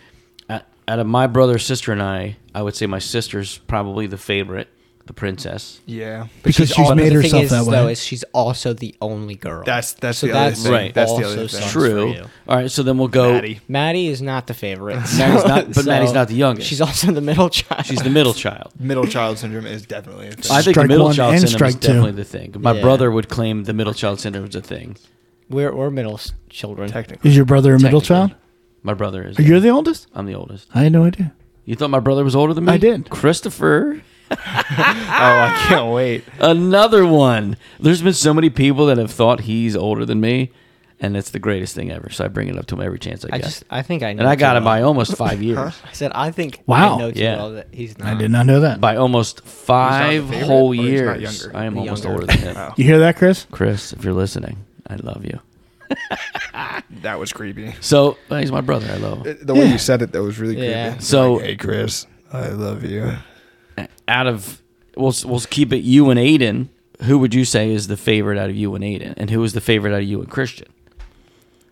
D: uh, out of my brother, sister, and I, I would say my sister's probably the favorite, the princess.
C: Yeah.
B: But
A: Because she's
B: al-
A: made
B: but the
A: herself
B: thing is,
A: that way.
B: Though, is she's also the only girl.
C: That's that's
B: So
C: the other
B: that's
C: thing.
D: Right.
C: That's the
B: also
C: other thing.
B: sucks.
D: True.
B: for you.
D: All right, so then we'll go.
C: Maddie.
B: Maddie is not the favorite.
D: Maddie's not, but Maddie's not the youngest.
B: She's also the middle child.
D: She's the middle child.
C: Middle child syndrome is definitely a thing.
D: I think
A: Strike
D: the middle
A: one
D: child
A: and
D: syndrome is
A: strike two.
D: definitely the thing. My
B: Yeah.
D: brother would claim the middle child syndrome is a thing.
B: we're we're middle s- children.
C: technically.
A: Is your brother a middle
D: Technically.
A: child?
D: My brother is.
A: You're the oldest.
D: I'm the oldest.
A: I had no idea.
D: You thought my brother was older than me?
A: I did.
D: Christopher,
C: Oh, I can't wait.
D: another one. There's been so many people that have thought he's older than me, and it's the greatest thing ever. So I bring it up to him every chance I,
B: I
D: get.
B: just I think I know
D: and I got
B: too
D: him by
B: well.
D: almost five years.
B: I said I think
A: Wow.
B: I know too
D: Yeah.
B: well that he's not.
A: I did not know that.
D: By almost five
C: favorite,
D: whole
C: or he's not
D: years.
C: younger? Oh,
D: I am
B: He's
D: almost
B: younger.
D: older than him.
C: Wow.
A: You hear that, Chris?
D: Chris, if you're listening, I love you.
C: That was creepy.
D: So uh, he's my brother. I love him.
C: The way you said it, that was really
B: Yeah.
C: creepy.
D: So-
C: Like, hey, Chris, I love you.
D: out of we'll we'll keep it you and Aiden. Who would you say is the favorite out of you and Aiden, and who is the favorite out of you and Christian?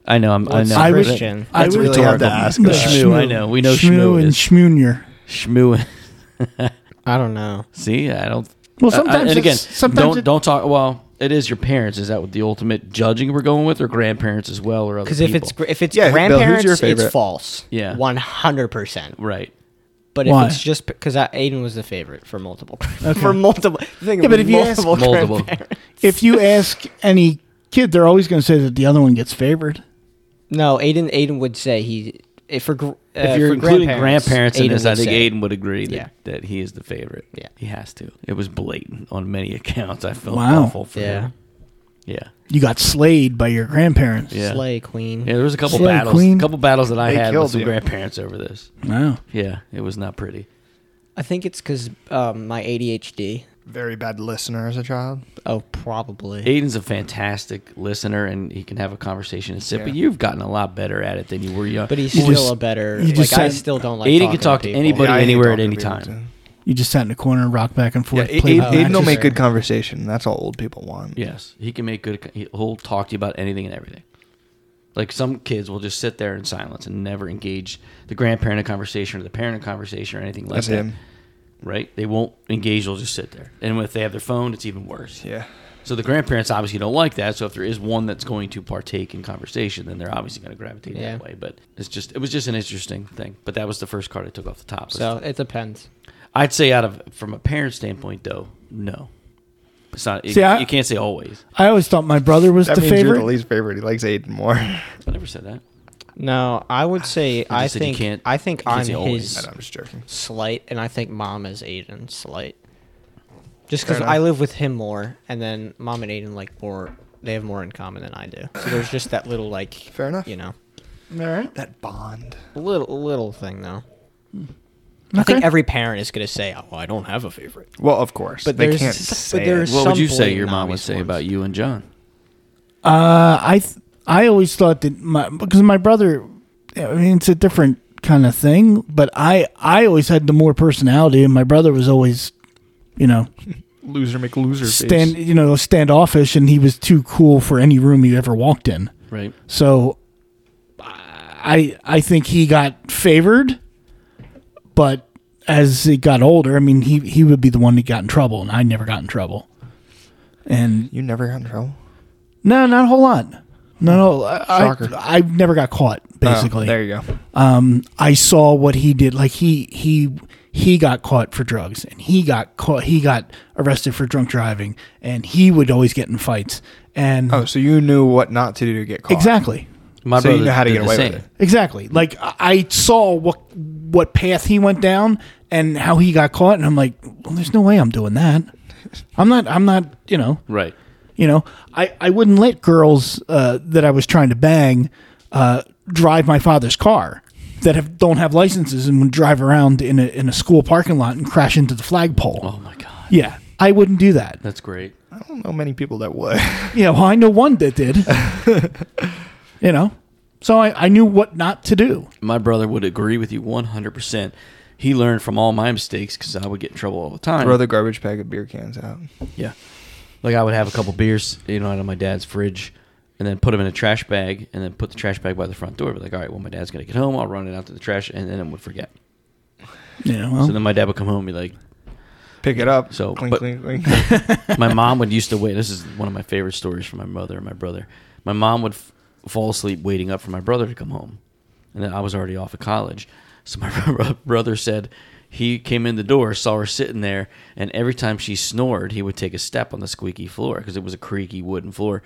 D: I know. I'm, I
B: What's
D: know.
A: I was-
B: Christian.
A: I
C: That's
A: would-
C: really hard to ask.
A: The
D: us. Shmoo, I know. We know Shmoo
A: Shmoo and
D: is-
A: Shmunior.
D: Shmoo.
B: I don't know.
D: See, I don't.
A: Well,
D: I- I-
A: sometimes
D: Uh, and again,
A: it's- sometimes
D: don't
A: it-
D: don't talk. Well, it is your parents. Is that what the ultimate judging we're going with, or grandparents as well, or other?
B: Because if
D: people?
B: it's gr- if it's
C: Yeah, Bill, who's your
B: grandparents,
C: favorite?
B: it's false.
D: Yeah.
B: one hundred percent.
D: right,
B: But
A: Why?
B: if it's just because Aiden was the favorite for multiple, for multiple, the thing
A: Yeah, but if you ask-
B: multiple,
D: Multiple.
B: grandparents-
A: If you ask any kid, they're always going to say that the other one gets favored.
B: no, Aiden, Aiden would say he if for gr- uh,
D: if you're
B: for
D: including
B: grandparents,
D: grandparents, in
B: Aiden
D: this,
B: would
D: I think
B: say-
D: Aiden would agree that,
B: Yeah.
D: that he is the favorite.
B: Yeah.
D: he has to. It was blatant on many accounts. I felt
A: Wow.
D: awful for
B: Yeah,
D: him. Yeah,
A: You got slayed by your grandparents.
D: yeah.
B: Slay Queen.
D: Yeah, there was a couple
A: Slay
D: battles.
A: Queen.
D: A couple battles that I
C: They
D: had with
C: killed
D: some
C: you.
D: grandparents over this.
A: Wow.
D: Yeah, it was not pretty.
B: I think it's because um, my ADHD.
C: Very bad listener as a child.
B: Oh, probably.
D: Aiden's a fantastic listener, and he can have a conversation and sit. But
C: Yeah.
D: you've gotten a lot better at it than you were young.
B: but he's
A: You
B: still
A: just-
B: a better.
A: you
B: Like
A: just
B: I
A: said-
B: still don't like.
D: Aiden
B: talking
D: can talk to
B: people.
D: anybody. But
C: I hate
D: anywhere at
C: talking
D: any
C: to people,
D: time.
A: You just sat in a corner and rocked back and
C: too. Yeah,
A: forth. played
C: Aiden, Aiden will
A: matches.
C: make good conversation. That's all old people want.
D: yes, he can make good. He'll talk to you about anything and everything. Like some kids will just sit there in silence and never engage the grandparent in conversation or the parent in conversation or anything like
C: That's
D: that.
C: him.
D: Right? They won't engage. They'll just sit there. And if they have their phone, it's even worse.
C: Yeah.
D: So the grandparents obviously don't like that. So if there is one that's going to partake in conversation, then they're obviously going to gravitate
B: Yeah.
D: that way. But it's just it was just an interesting thing. But that was the first card I took off the top.
B: So it depends.
D: I'd say out of from a parent standpoint though, no, it's not. It,
A: See, I-
D: you can't say always.
A: I always thought my brother was
C: That
A: the
C: means you're
A: favorite.
C: the least favorite. He likes Aiden more. I
D: I never said that.
B: No, I would say I
D: said you
B: think
D: can't-
B: I think
D: you can't
B: I'm
D: say always.
B: his
C: know, I'm just joking.
B: slight, and I think mom is Aiden slight. Just
C: Fair
B: because
C: enough.
B: I live with him more, and then mom and Aiden like more. They have more in common than I do. So there's just that little like.
C: Fair enough.
B: You know,
A: All right.
C: That bond.
B: little little thing though. I think every parent is gonna say, "Oh, I don't have a favorite."
C: Well, of course.
B: But
C: they
B: there's-
C: can't
B: but
C: say it.
B: there's-
D: What would
B: Some
D: you say your
B: blatant
D: mom would
B: obvious
D: say
B: ones.
D: about you and John?
A: Uh, I th- I always thought that my because my brother, I mean, it's a different kind of thing. But I I always had the more personality, and my brother was always, you know,
C: loser make loser
A: stand you know standoffish, and he was too cool for any room you ever walked in.
D: Right.
A: So, I I think he got favored, but as he got older, I mean, he he would be the one that got in trouble, and I never got in trouble. And
C: You never got in trouble.
A: no, not a whole lot. No, no, I, I
C: Shocker. Oh,
A: I never got caught. Oh, Basically,
C: there you go.
A: I saw what he did. Like he he he got caught for drugs, and he got caught. He got arrested for drunk driving, and he would always get in fights. And
C: Oh, so you knew what not to do to get caught.
A: exactly,
D: My
C: So you
D: brother
C: know how to
D: did
C: get
D: the
C: away
D: same.
C: with it.
A: exactly. Like I- I saw what what path he went down and how he got caught, and I'm like, well, there's no way I'm doing that. I'm not. I'm not. You know.
D: Right.
A: You know, I, I wouldn't let girls uh, that I was trying to bang uh, drive my father's car that have don't have licenses and would drive around in a in a school parking lot and crash into the flagpole.
D: Oh my god.
A: Yeah, I I wouldn't do that.
D: That's great.
C: I don't know many people that would.
A: Yeah, well, I know one that did. you know, so I, I knew what not to do.
D: My brother would agree with you 100%. He learned from all my mistakes because I would get in trouble all the time.
C: Throw the garbage bag of beer cans out.
D: Yeah. Like I would have a couple beers, you know, out of my dad's fridge and then put them in a trash bag and then put the trash bag by the front door. Be like, all right, well, my dad's going to get home. I'll run it out to the trash and then I would forget.
A: Yeah, well,
C: Oh.
D: So then my dad would come home and be like,
C: Pick it up.
D: So,
C: clink,
D: but-
C: clink, clink.
D: my mom would used to wait. This is one of my favorite stories from my mother and my brother. My mom would f- fall asleep waiting up for my brother to come home, and then I was already off of college. So my bro- brother said he came in the door, saw her sitting there, and every time she snored, he would take a step on the squeaky floor because it was a creaky wooden floor.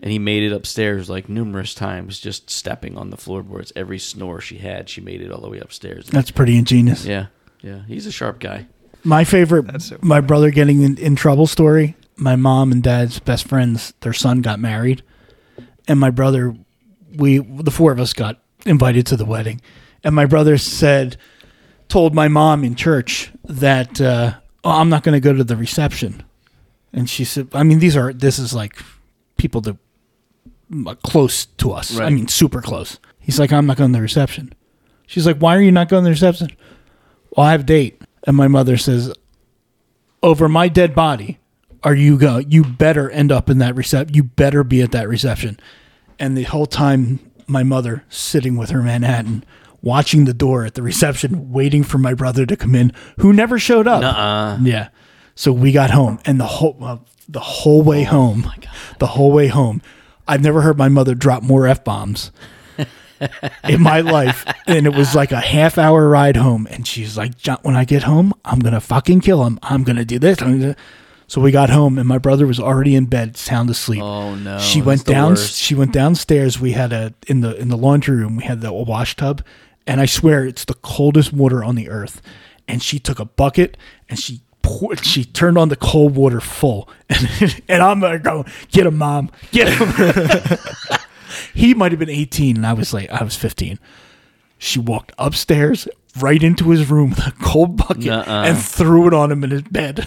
D: And he made it upstairs like numerous times, just stepping on the floorboards. Every snore she had, she made it all the way upstairs.
A: that's pretty ingenious.
D: Yeah, yeah. He's a sharp guy.
A: My favorite,
C: so
A: my brother getting in, in trouble story. My mom and dad's best friends, their son got married, and my brother, we the four of us got invited to the wedding, and my brother said, told my mom in church that uh, oh, I'm not going to go to the reception, and she said, I mean these are this is like people that are close to us. I
D: Right.
A: mean super close. He's like, I'm not going to the reception. She's like, Why are you not going to the reception? Well, I have a date. And my mother says, Over my dead body, are you go? You better end up in that recep. You better be at that reception. And the whole time, my mother sitting with her Manhattan, watching the door at the reception, waiting for my brother to come in, who never showed up.
D: Uh,
A: Yeah. So we got home, and the whole uh, the whole way home, the whole way home, I've never heard my mother drop more f bombs in my life. And it was like a half hour ride home, and she's like, "John, when I get home, I'm gonna fucking kill him. I'm gonna do this." I'm gonna-" So we got home, and my brother was already in bed, sound asleep.
D: Oh, no,
A: She
D: that's
A: went
D: the
A: down.
D: worst.
A: She went downstairs. We had a in the in the laundry room. We had the wash tub, and I swear it's the coldest water on the earth. And she took a bucket and she poured. She turned on the cold water full, and and I'm like, go get him, mom, get him. he might have been 18, and I was like, I was 15. She walked upstairs right into his room with a cold bucket
D: Nuh-uh.
A: and threw it on him in his bed.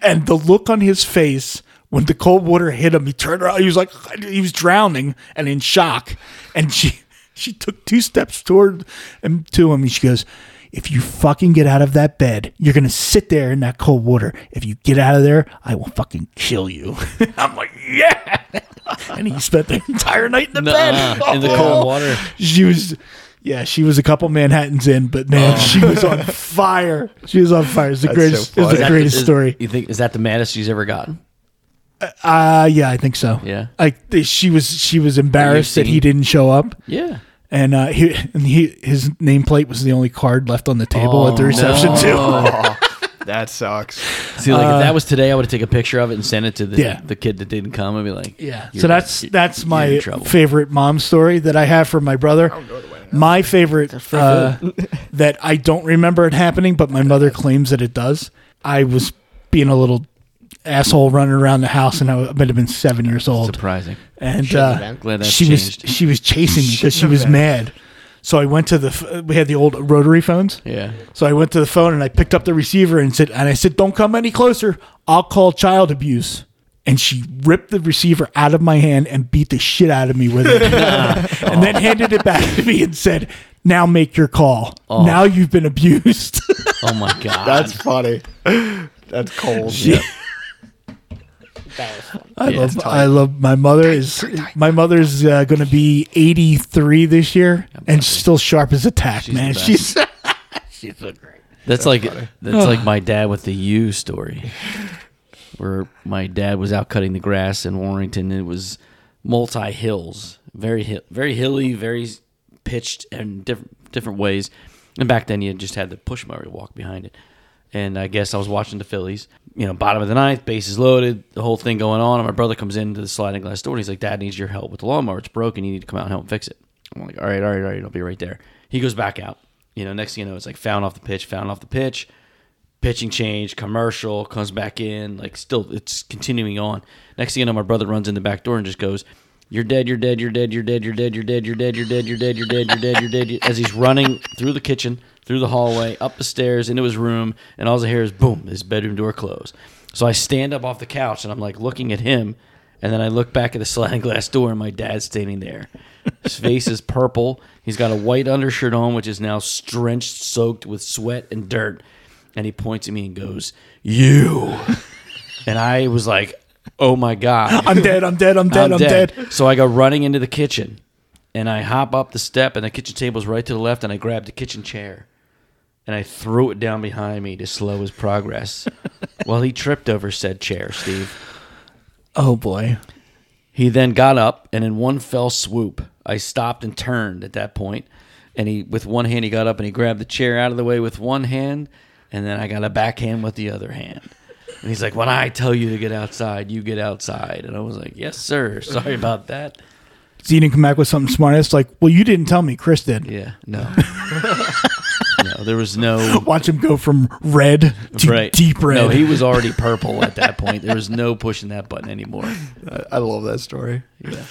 A: And the look on his face when the cold water hit him, he turned around. He was like he was drowning and in shock. And she she took two steps toward him to him and she goes, "If you fucking get out of that bed, you're gonna sit there in that cold water. If you get out of there, I will fucking kill you." I'm like, "Yeah." and he spent the entire night in the bed Oh.
D: Nuh-uh, in the cold water.
A: she was yeah she was a couple manhattans in but man
D: Oh.
A: she was on fire she was on fire it's the
C: That's
A: greatest
C: so
A: it's the
C: funny.
A: greatest
D: Is-
A: story
D: You think is that the maddest she's ever gotten?
A: uh yeah i think so
D: Yeah.
A: like th- she was she was embarrassed that he
D: seen-
A: didn't show up
D: Yeah.
A: and uh he and he his nameplate was the only card left on the table
D: Oh,
A: at the reception too
C: that sucks.
D: See, like if that was today, I would have taken a picture of it and sent it to the,
A: Uh, Yeah.
D: the kid that didn't come and be like,
A: yeah
D: "You're-
A: so that's
D: you're-
A: that's
D: you're
A: my
D: in trouble."
A: favorite mom story that i have for my brother my favorite uh, that i don't remember it happening but my mother claims that it does i was being a little asshole running around the house and i might have been seven years old
D: surprising.
A: and
B: Shouldn't have
A: uh,
B: been.
D: Glad that's
A: she
D: changed.
A: was she was chasing me because she was mad so i went to the f- we had the old rotary phones
D: yeah.
A: so I went to the phone and I picked up the receiver and said, and I said, "Don't come any closer. I'll call child abuse." And she ripped the receiver out of my hand and beat the shit out of me with it, and then handed it back to me and said, "Now make your call. Now you've been abused."
D: Oh my god.
C: That's funny. That's cold.
B: That was fun.
A: I
D: Yeah, it's
A: love, I love my mother is my mother's uh, going to be eighty three this year and still sharp as a tack,
D: She's
A: man.
D: the best.
A: She's
D: That's like that's like my dad with the U story, where my dad was out cutting the grass in Warrington. And it was multi hills, very hill, very hilly, very s- pitched and different different ways. And back then, you just had the push mower to walk behind it. And I guess I was watching the Phillies. You know, bottom of the ninth, bases loaded, the whole thing going on. And my brother comes into the sliding glass door and he's like, "Dad needs your help with the lawnmower. It's broken. You need to come out and help fix it." I'm like, "All right, all right, all right. I'll be right there." He goes back out. You know, next thing you know, it's like found off the pitch, found off the pitch pitching change, commercial, comes back in, like still it's continuing on. Next thing you know, my brother runs in the back door and just goes, You're dead, you're dead, you're dead, you're dead, you're dead, you're dead, you're dead, you're dead, you're dead, you're dead, you're dead, you're dead, you're dead, as he's running through the kitchen, through the hallway, up the stairs, into his room, and all I hear is boom, his bedroom door closed. So I stand up off the couch and I'm like looking at him, and then I look back at the sliding glass door, and my dad's standing there. His face is purple. He's got a white undershirt on, which is now drenched, soaked with sweat and dirt. And he points at me and goes, "You." And I was like, "Oh my god!"
A: I'm dead. I'm dead. I'm dead. I'm, dead.
D: So I go running into the kitchen and I hop up the step and the kitchen table's right to the left and I grab the kitchen chair and I threw it down behind me to slow his progress. well, he tripped over said chair, Steve.
A: Oh boy.
D: He then got up and in one fell swoop, I stopped and turned at that point, And he, with one hand, he got up and he grabbed the chair out of the way with one hand, and then I got a backhand with the other hand. And he's like, "When I tell you to get outside, you get outside." And I was like, "Yes, sir. Sorry about that."
A: So you didn't come back with something smart. It's like, well, you didn't tell me. Chris did.
D: Yeah, no. no, there was no
A: Watch him go from red to
D: right.
A: deep red.
D: No, he was already purple at that point. There was no pushing that button anymore.
C: I, I love that story.
D: Yeah.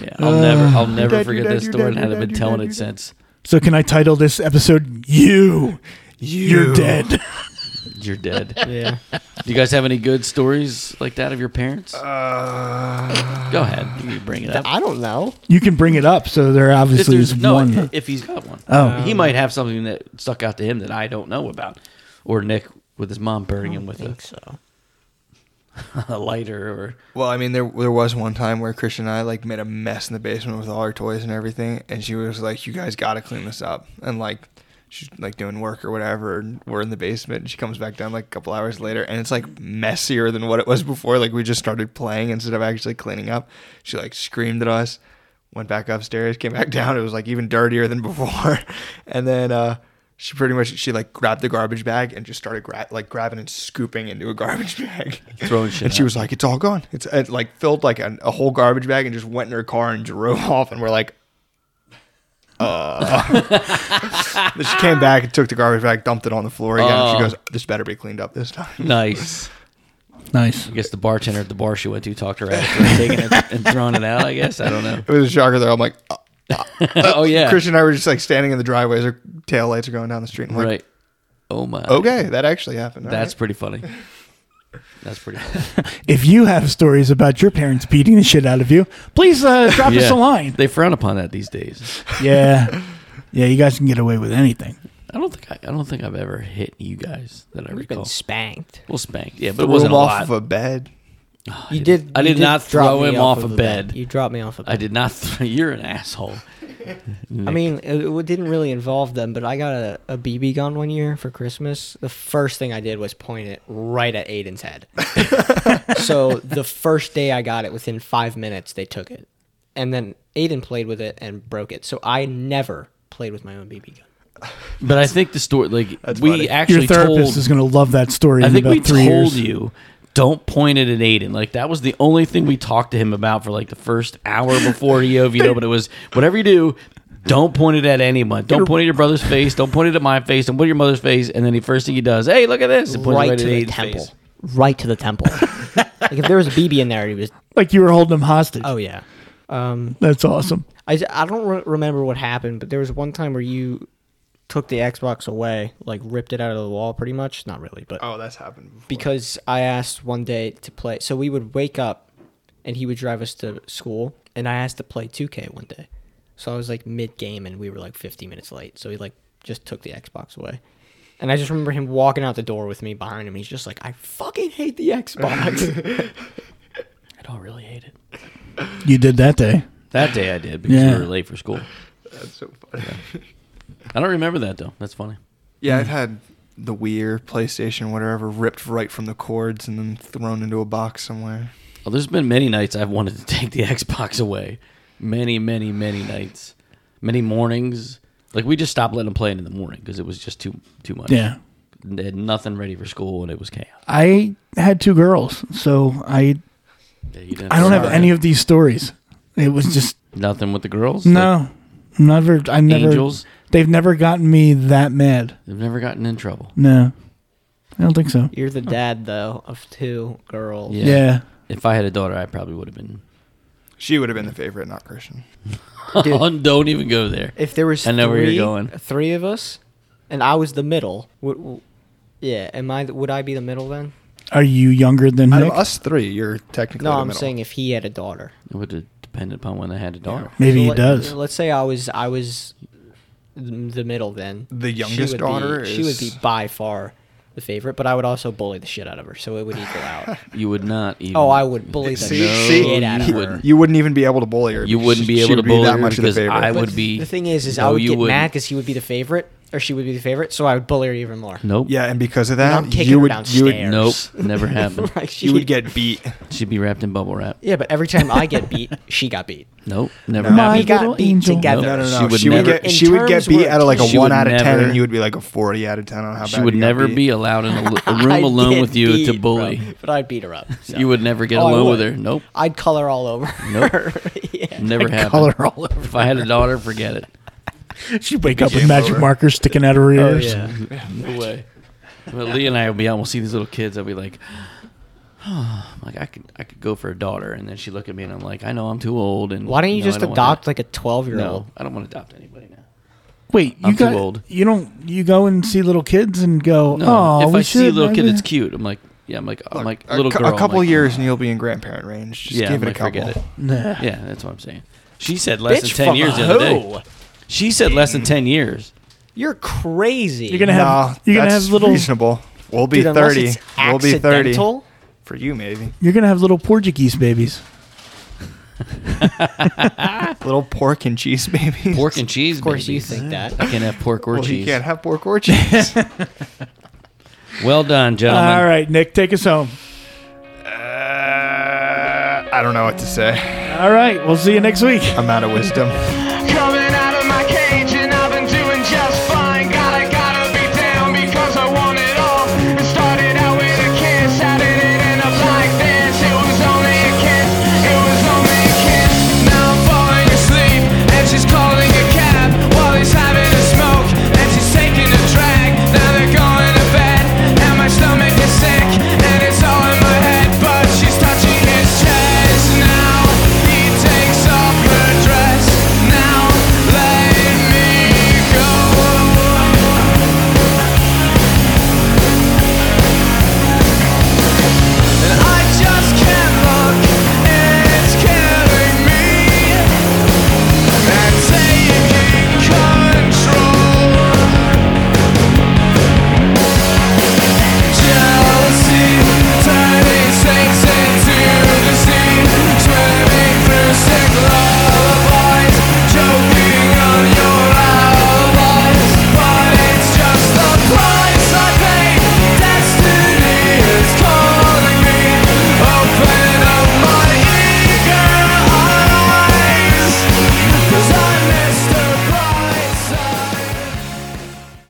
D: Yeah.
A: Uh,
D: I'll never I'll never
C: dad, your
D: forget
C: dad,
D: this
C: your
D: story
C: dad,
D: and
C: your
D: haven't
C: dad,
D: been
C: your
D: telling
C: dad,
D: it
C: your dad.
D: since.
A: so can I title this episode "You"? You're dead.
D: You're dead.
B: Yeah.
D: Do you guys have any good stories like that of your parents? Go ahead. You bring it up.
B: I don't know.
A: You can bring it up. So there
D: If
A: obviously
D: there's
A: is
D: no,
A: one.
D: if he's got one,
A: Oh.
D: he might have something that stuck out to him that I don't know about, or Nick with his mom burying him with a,
B: so.
D: a lighter or
C: Well, I mean, there there was one time where Christian and I like made a mess in the basement with all our toys and everything, and she was like, "You guys got to clean this up," and like. She's like doing work or whatever, and we're in the basement. And she comes back down like a couple hours later, and it's like messier than what it was before. Like we just started playing instead of actually cleaning up. She like screamed at us, went back upstairs, came back down. It was like even dirtier than before, and then uh, she pretty much she like grabbed the garbage bag and just started gra- like grabbing and scooping into a garbage bag,
D: Throwing shit
C: And she
D: out.
C: was like, "It's all gone." It's it, like filled like a, a whole garbage bag and just went in her car and drove off. And we're like, "Uh." Then she came back and took the garbage bag, dumped it on the floor again. and she
D: Oh.
C: goes, "This better be cleaned up this time."
D: nice.
A: nice.
D: I guess the bartender at the bar she went to talked her out for taking it and throwing it out. I guess I don't know.
C: It was a shocker though. I'm like, "Uh."
D: Oh yeah,
C: Christian and I were just like standing in the driveways. Her tail lights are going down the street. And I'm like,
D: right. Oh my.
C: Okay, that actually happened. All
D: that's
C: right.
D: pretty funny. That's pretty. Funny.
A: If you have stories about your parents beating the shit out of you, please uh, drop us
D: Yeah.
A: a line.
D: They frown upon that these days.
A: Yeah, yeah. You guys can get away with anything.
D: I don't think I, I don't think I've ever hit you guys that I
B: We've been
D: recall.
B: spanked.
D: well, spanked. Yeah, but it
C: Threw
D: wasn't
C: him
D: a
C: off
D: lot.
C: of a bed.
B: You did.
D: I
B: you
D: did not
B: drop
D: throw
B: me
D: him off
B: of
D: a
B: the
D: bed.
B: You dropped me off a bed.
D: I did not. Th- you're an asshole.
B: I mean, it, it didn't really involve them, but I got a, a BB gun one year for Christmas. The first thing I did was point it right at Aiden's head. so the first day I got it, within five minutes, they took it. And then Aiden played with it and broke it. So I never played with my own BB gun.
D: But I think the story, like we
C: funny. Your
A: Your
D: actually
A: therapist
D: told,
A: is going to love that story.
D: I
A: in
D: think
A: about
D: we told
A: three years.
D: you don't point it at Aiden. Like that was the only thing we talked to him about for like the first hour before he OV'd open. It was whatever you do, don't point it at anyone. Don't point it at your brother's face. Don't point it at my face. Don't point it at your mother's face. And then the first thing he does, hey, look at this, and points
B: Right,
D: right,
B: to
D: at
B: the
D: Aiden's
B: temple.
D: face.
B: Right to the temple. like if there was a BB in there, he was.
A: like you were holding him hostage.
B: Oh yeah. Um,
A: That's awesome.
B: I, I don't re- remember what happened, but there was one time where you took the Xbox away, like ripped it out of the wall, pretty much. Not really, but
C: Oh, that's happened. Before.
B: because I asked one day to play. So we would wake up, and he would drive us to school, and I asked to play 2K one day. So I was like mid game, and we were like 50 minutes late. So he like just took the Xbox away, and I just remember him walking out the door with me behind him. And he's just like, "I fucking hate the Xbox."
D: I don't really hate it.
A: You did that day.
D: That day I did because
A: Yeah.
D: we were late for school.
C: that's so funny.
D: I don't remember that though. That's funny.
C: Yeah, I've had the Wii or PlayStation, whatever, ripped right from the cords and then thrown into a box somewhere.
D: Well, Oh, there's been many nights I've wanted to take the Xbox away. Many, many, many nights, many mornings. Like we just stopped letting them play it in the morning because it was just too too much.
A: Yeah.
D: they had nothing ready for school and it was chaos.
A: I had two girls, so I
D: Yeah, you didn't
A: I don't have
D: Sorry.
A: any of these stories. It was just
D: nothing with the girls. Like,
A: no, never. I never.
D: Angels?
A: They've never gotten me that mad.
D: they've never gotten in trouble.
A: No, I don't think so.
B: You're the dad though of two girls.
D: Yeah.
A: Yeah,
D: If I had a daughter, I probably would have been.
C: She would have been the favorite, not Christian.
D: don't even go there.
B: If there was
D: I know where you're
B: three-
D: going.
B: three of us, and I was the middle. Would, w- yeah, am I? the- Would I be the middle then?
A: Are you younger than
C: Out of
A: Nick?
C: us three, you're technically
B: No,
C: the
B: I'm
C: middle.
B: saying if he had a daughter.
D: It would depend upon when they had a daughter.
A: Maybe
B: So
A: he
B: let-
A: does.
B: Let's say I was I was the middle then.
C: The
B: She
C: youngest
B: would be-
C: daughter
B: She would be
C: is-
B: by far the favorite, but I would also bully the shit out of her, so it would equal out.
D: You would not even.
B: oh, I would bully the
C: See, see,
B: shit out of
C: you
B: her.
C: wouldn't- you wouldn't even be able to bully her.
D: You
C: because
D: wouldn't
C: she-
D: be
C: she
D: able to
C: would
D: bully
C: that
D: her
C: much of the
D: because
C: favorite.
D: I
B: But
D: would be-
B: The thing is, is I
D: No,
B: would
D: you
B: get mad
D: wouldn't.
B: because he would be the favorite, or she would be the favorite, so I would bully her even more.
D: Nope.
C: Yeah, and because of
B: I'm
C: that,
B: kicking
C: you
B: her
C: would you would
B: downstairs.
D: Nope. Never happened.
B: like she
C: you would
B: could-
C: get beat.
D: She'd be wrapped in bubble wrap.
B: Yeah, but every time I get beat, she got beat.
D: Nope. Never
C: No.
A: My
B: we
D: happened.
B: got
A: little
B: beat
A: angel.
C: No,
B: together.
C: no, no.
D: She would
C: she
D: never-
C: would
B: In
C: get she would
B: terms
C: get beat
B: were-
C: out of like a
D: She
C: one
D: would
C: out of ten,
D: never-
C: and you would be like a forty out of ten on how
D: She
C: bad
D: would
C: you got
D: never
C: beat.
D: be allowed in a, l- a
B: E. I
D: room alone
B: did
D: with you to
B: beat,
D: bully.
B: bro, but I'd beat her up. so.
D: You would never get
B: Oh, I
D: alone with
B: would.
D: her. Nope.
B: I'd color all over.
D: Nope.
B: her. yeah.
D: Never happened.
A: Color all over.
D: If I had a daughter, forget it.
A: She'd wake up with
C: Game
A: magic
C: over.
A: markers sticking out of her
D: Oh,
A: ears.
D: No way. But Lee and I will be out. and We'll see these little kids. I'll be like, I'm like I could, I could go for a daughter, and then she look at me, and I'm like, I know I'm too old. And
B: Why don't you
D: no,
B: just
D: I don't want
B: adopt
D: that."
B: like a twelve-year-old?
D: No, I don't want to adopt anybody now.
A: Wait, you
D: I'm too
A: got
D: old.
A: you don't you go and see little kids and go,
D: No,
A: oh,
D: if
A: we
D: I
A: should
D: see a little kid,
A: maybe-"
D: it's cute. I'm like, yeah, I'm like, I'm like
C: a,
D: little
C: cou-
D: girl.
C: A
D: I'm
C: couple
D: like, mm.
C: years, and you'll be in grandparent range. Just
D: Yeah,
C: give
D: I'm
C: it a
D: like,
C: couple.
D: forget it.
A: Nah.
D: Yeah, that's what I'm saying. She said less
B: Bitch,
D: than ten
B: fuck
D: years the other
B: who?
D: day. She said less than ten years.
B: You're crazy.
A: You're gonna have
C: No,
A: you're gonna
C: that's
A: have little
C: reasonable. We'll be
B: Dude, unless
C: thirty.
B: it's
C: We'll be thirty
B: accidental,
C: for you, maybe.
A: you're gonna have little Portuguese babies.
C: Little pork and cheese, baby.
D: Pork and cheese.
B: Of course, you
D: babies.
B: think
D: I
B: that.
D: can have pork or
C: Well, you
D: cheese.
C: can't have pork or cheese.
D: Well done, gentlemen.
A: All right, Nick, take us home.
C: Uh, I don't know what to say.
A: All right, we'll see you next week.
C: I'm out of wisdom.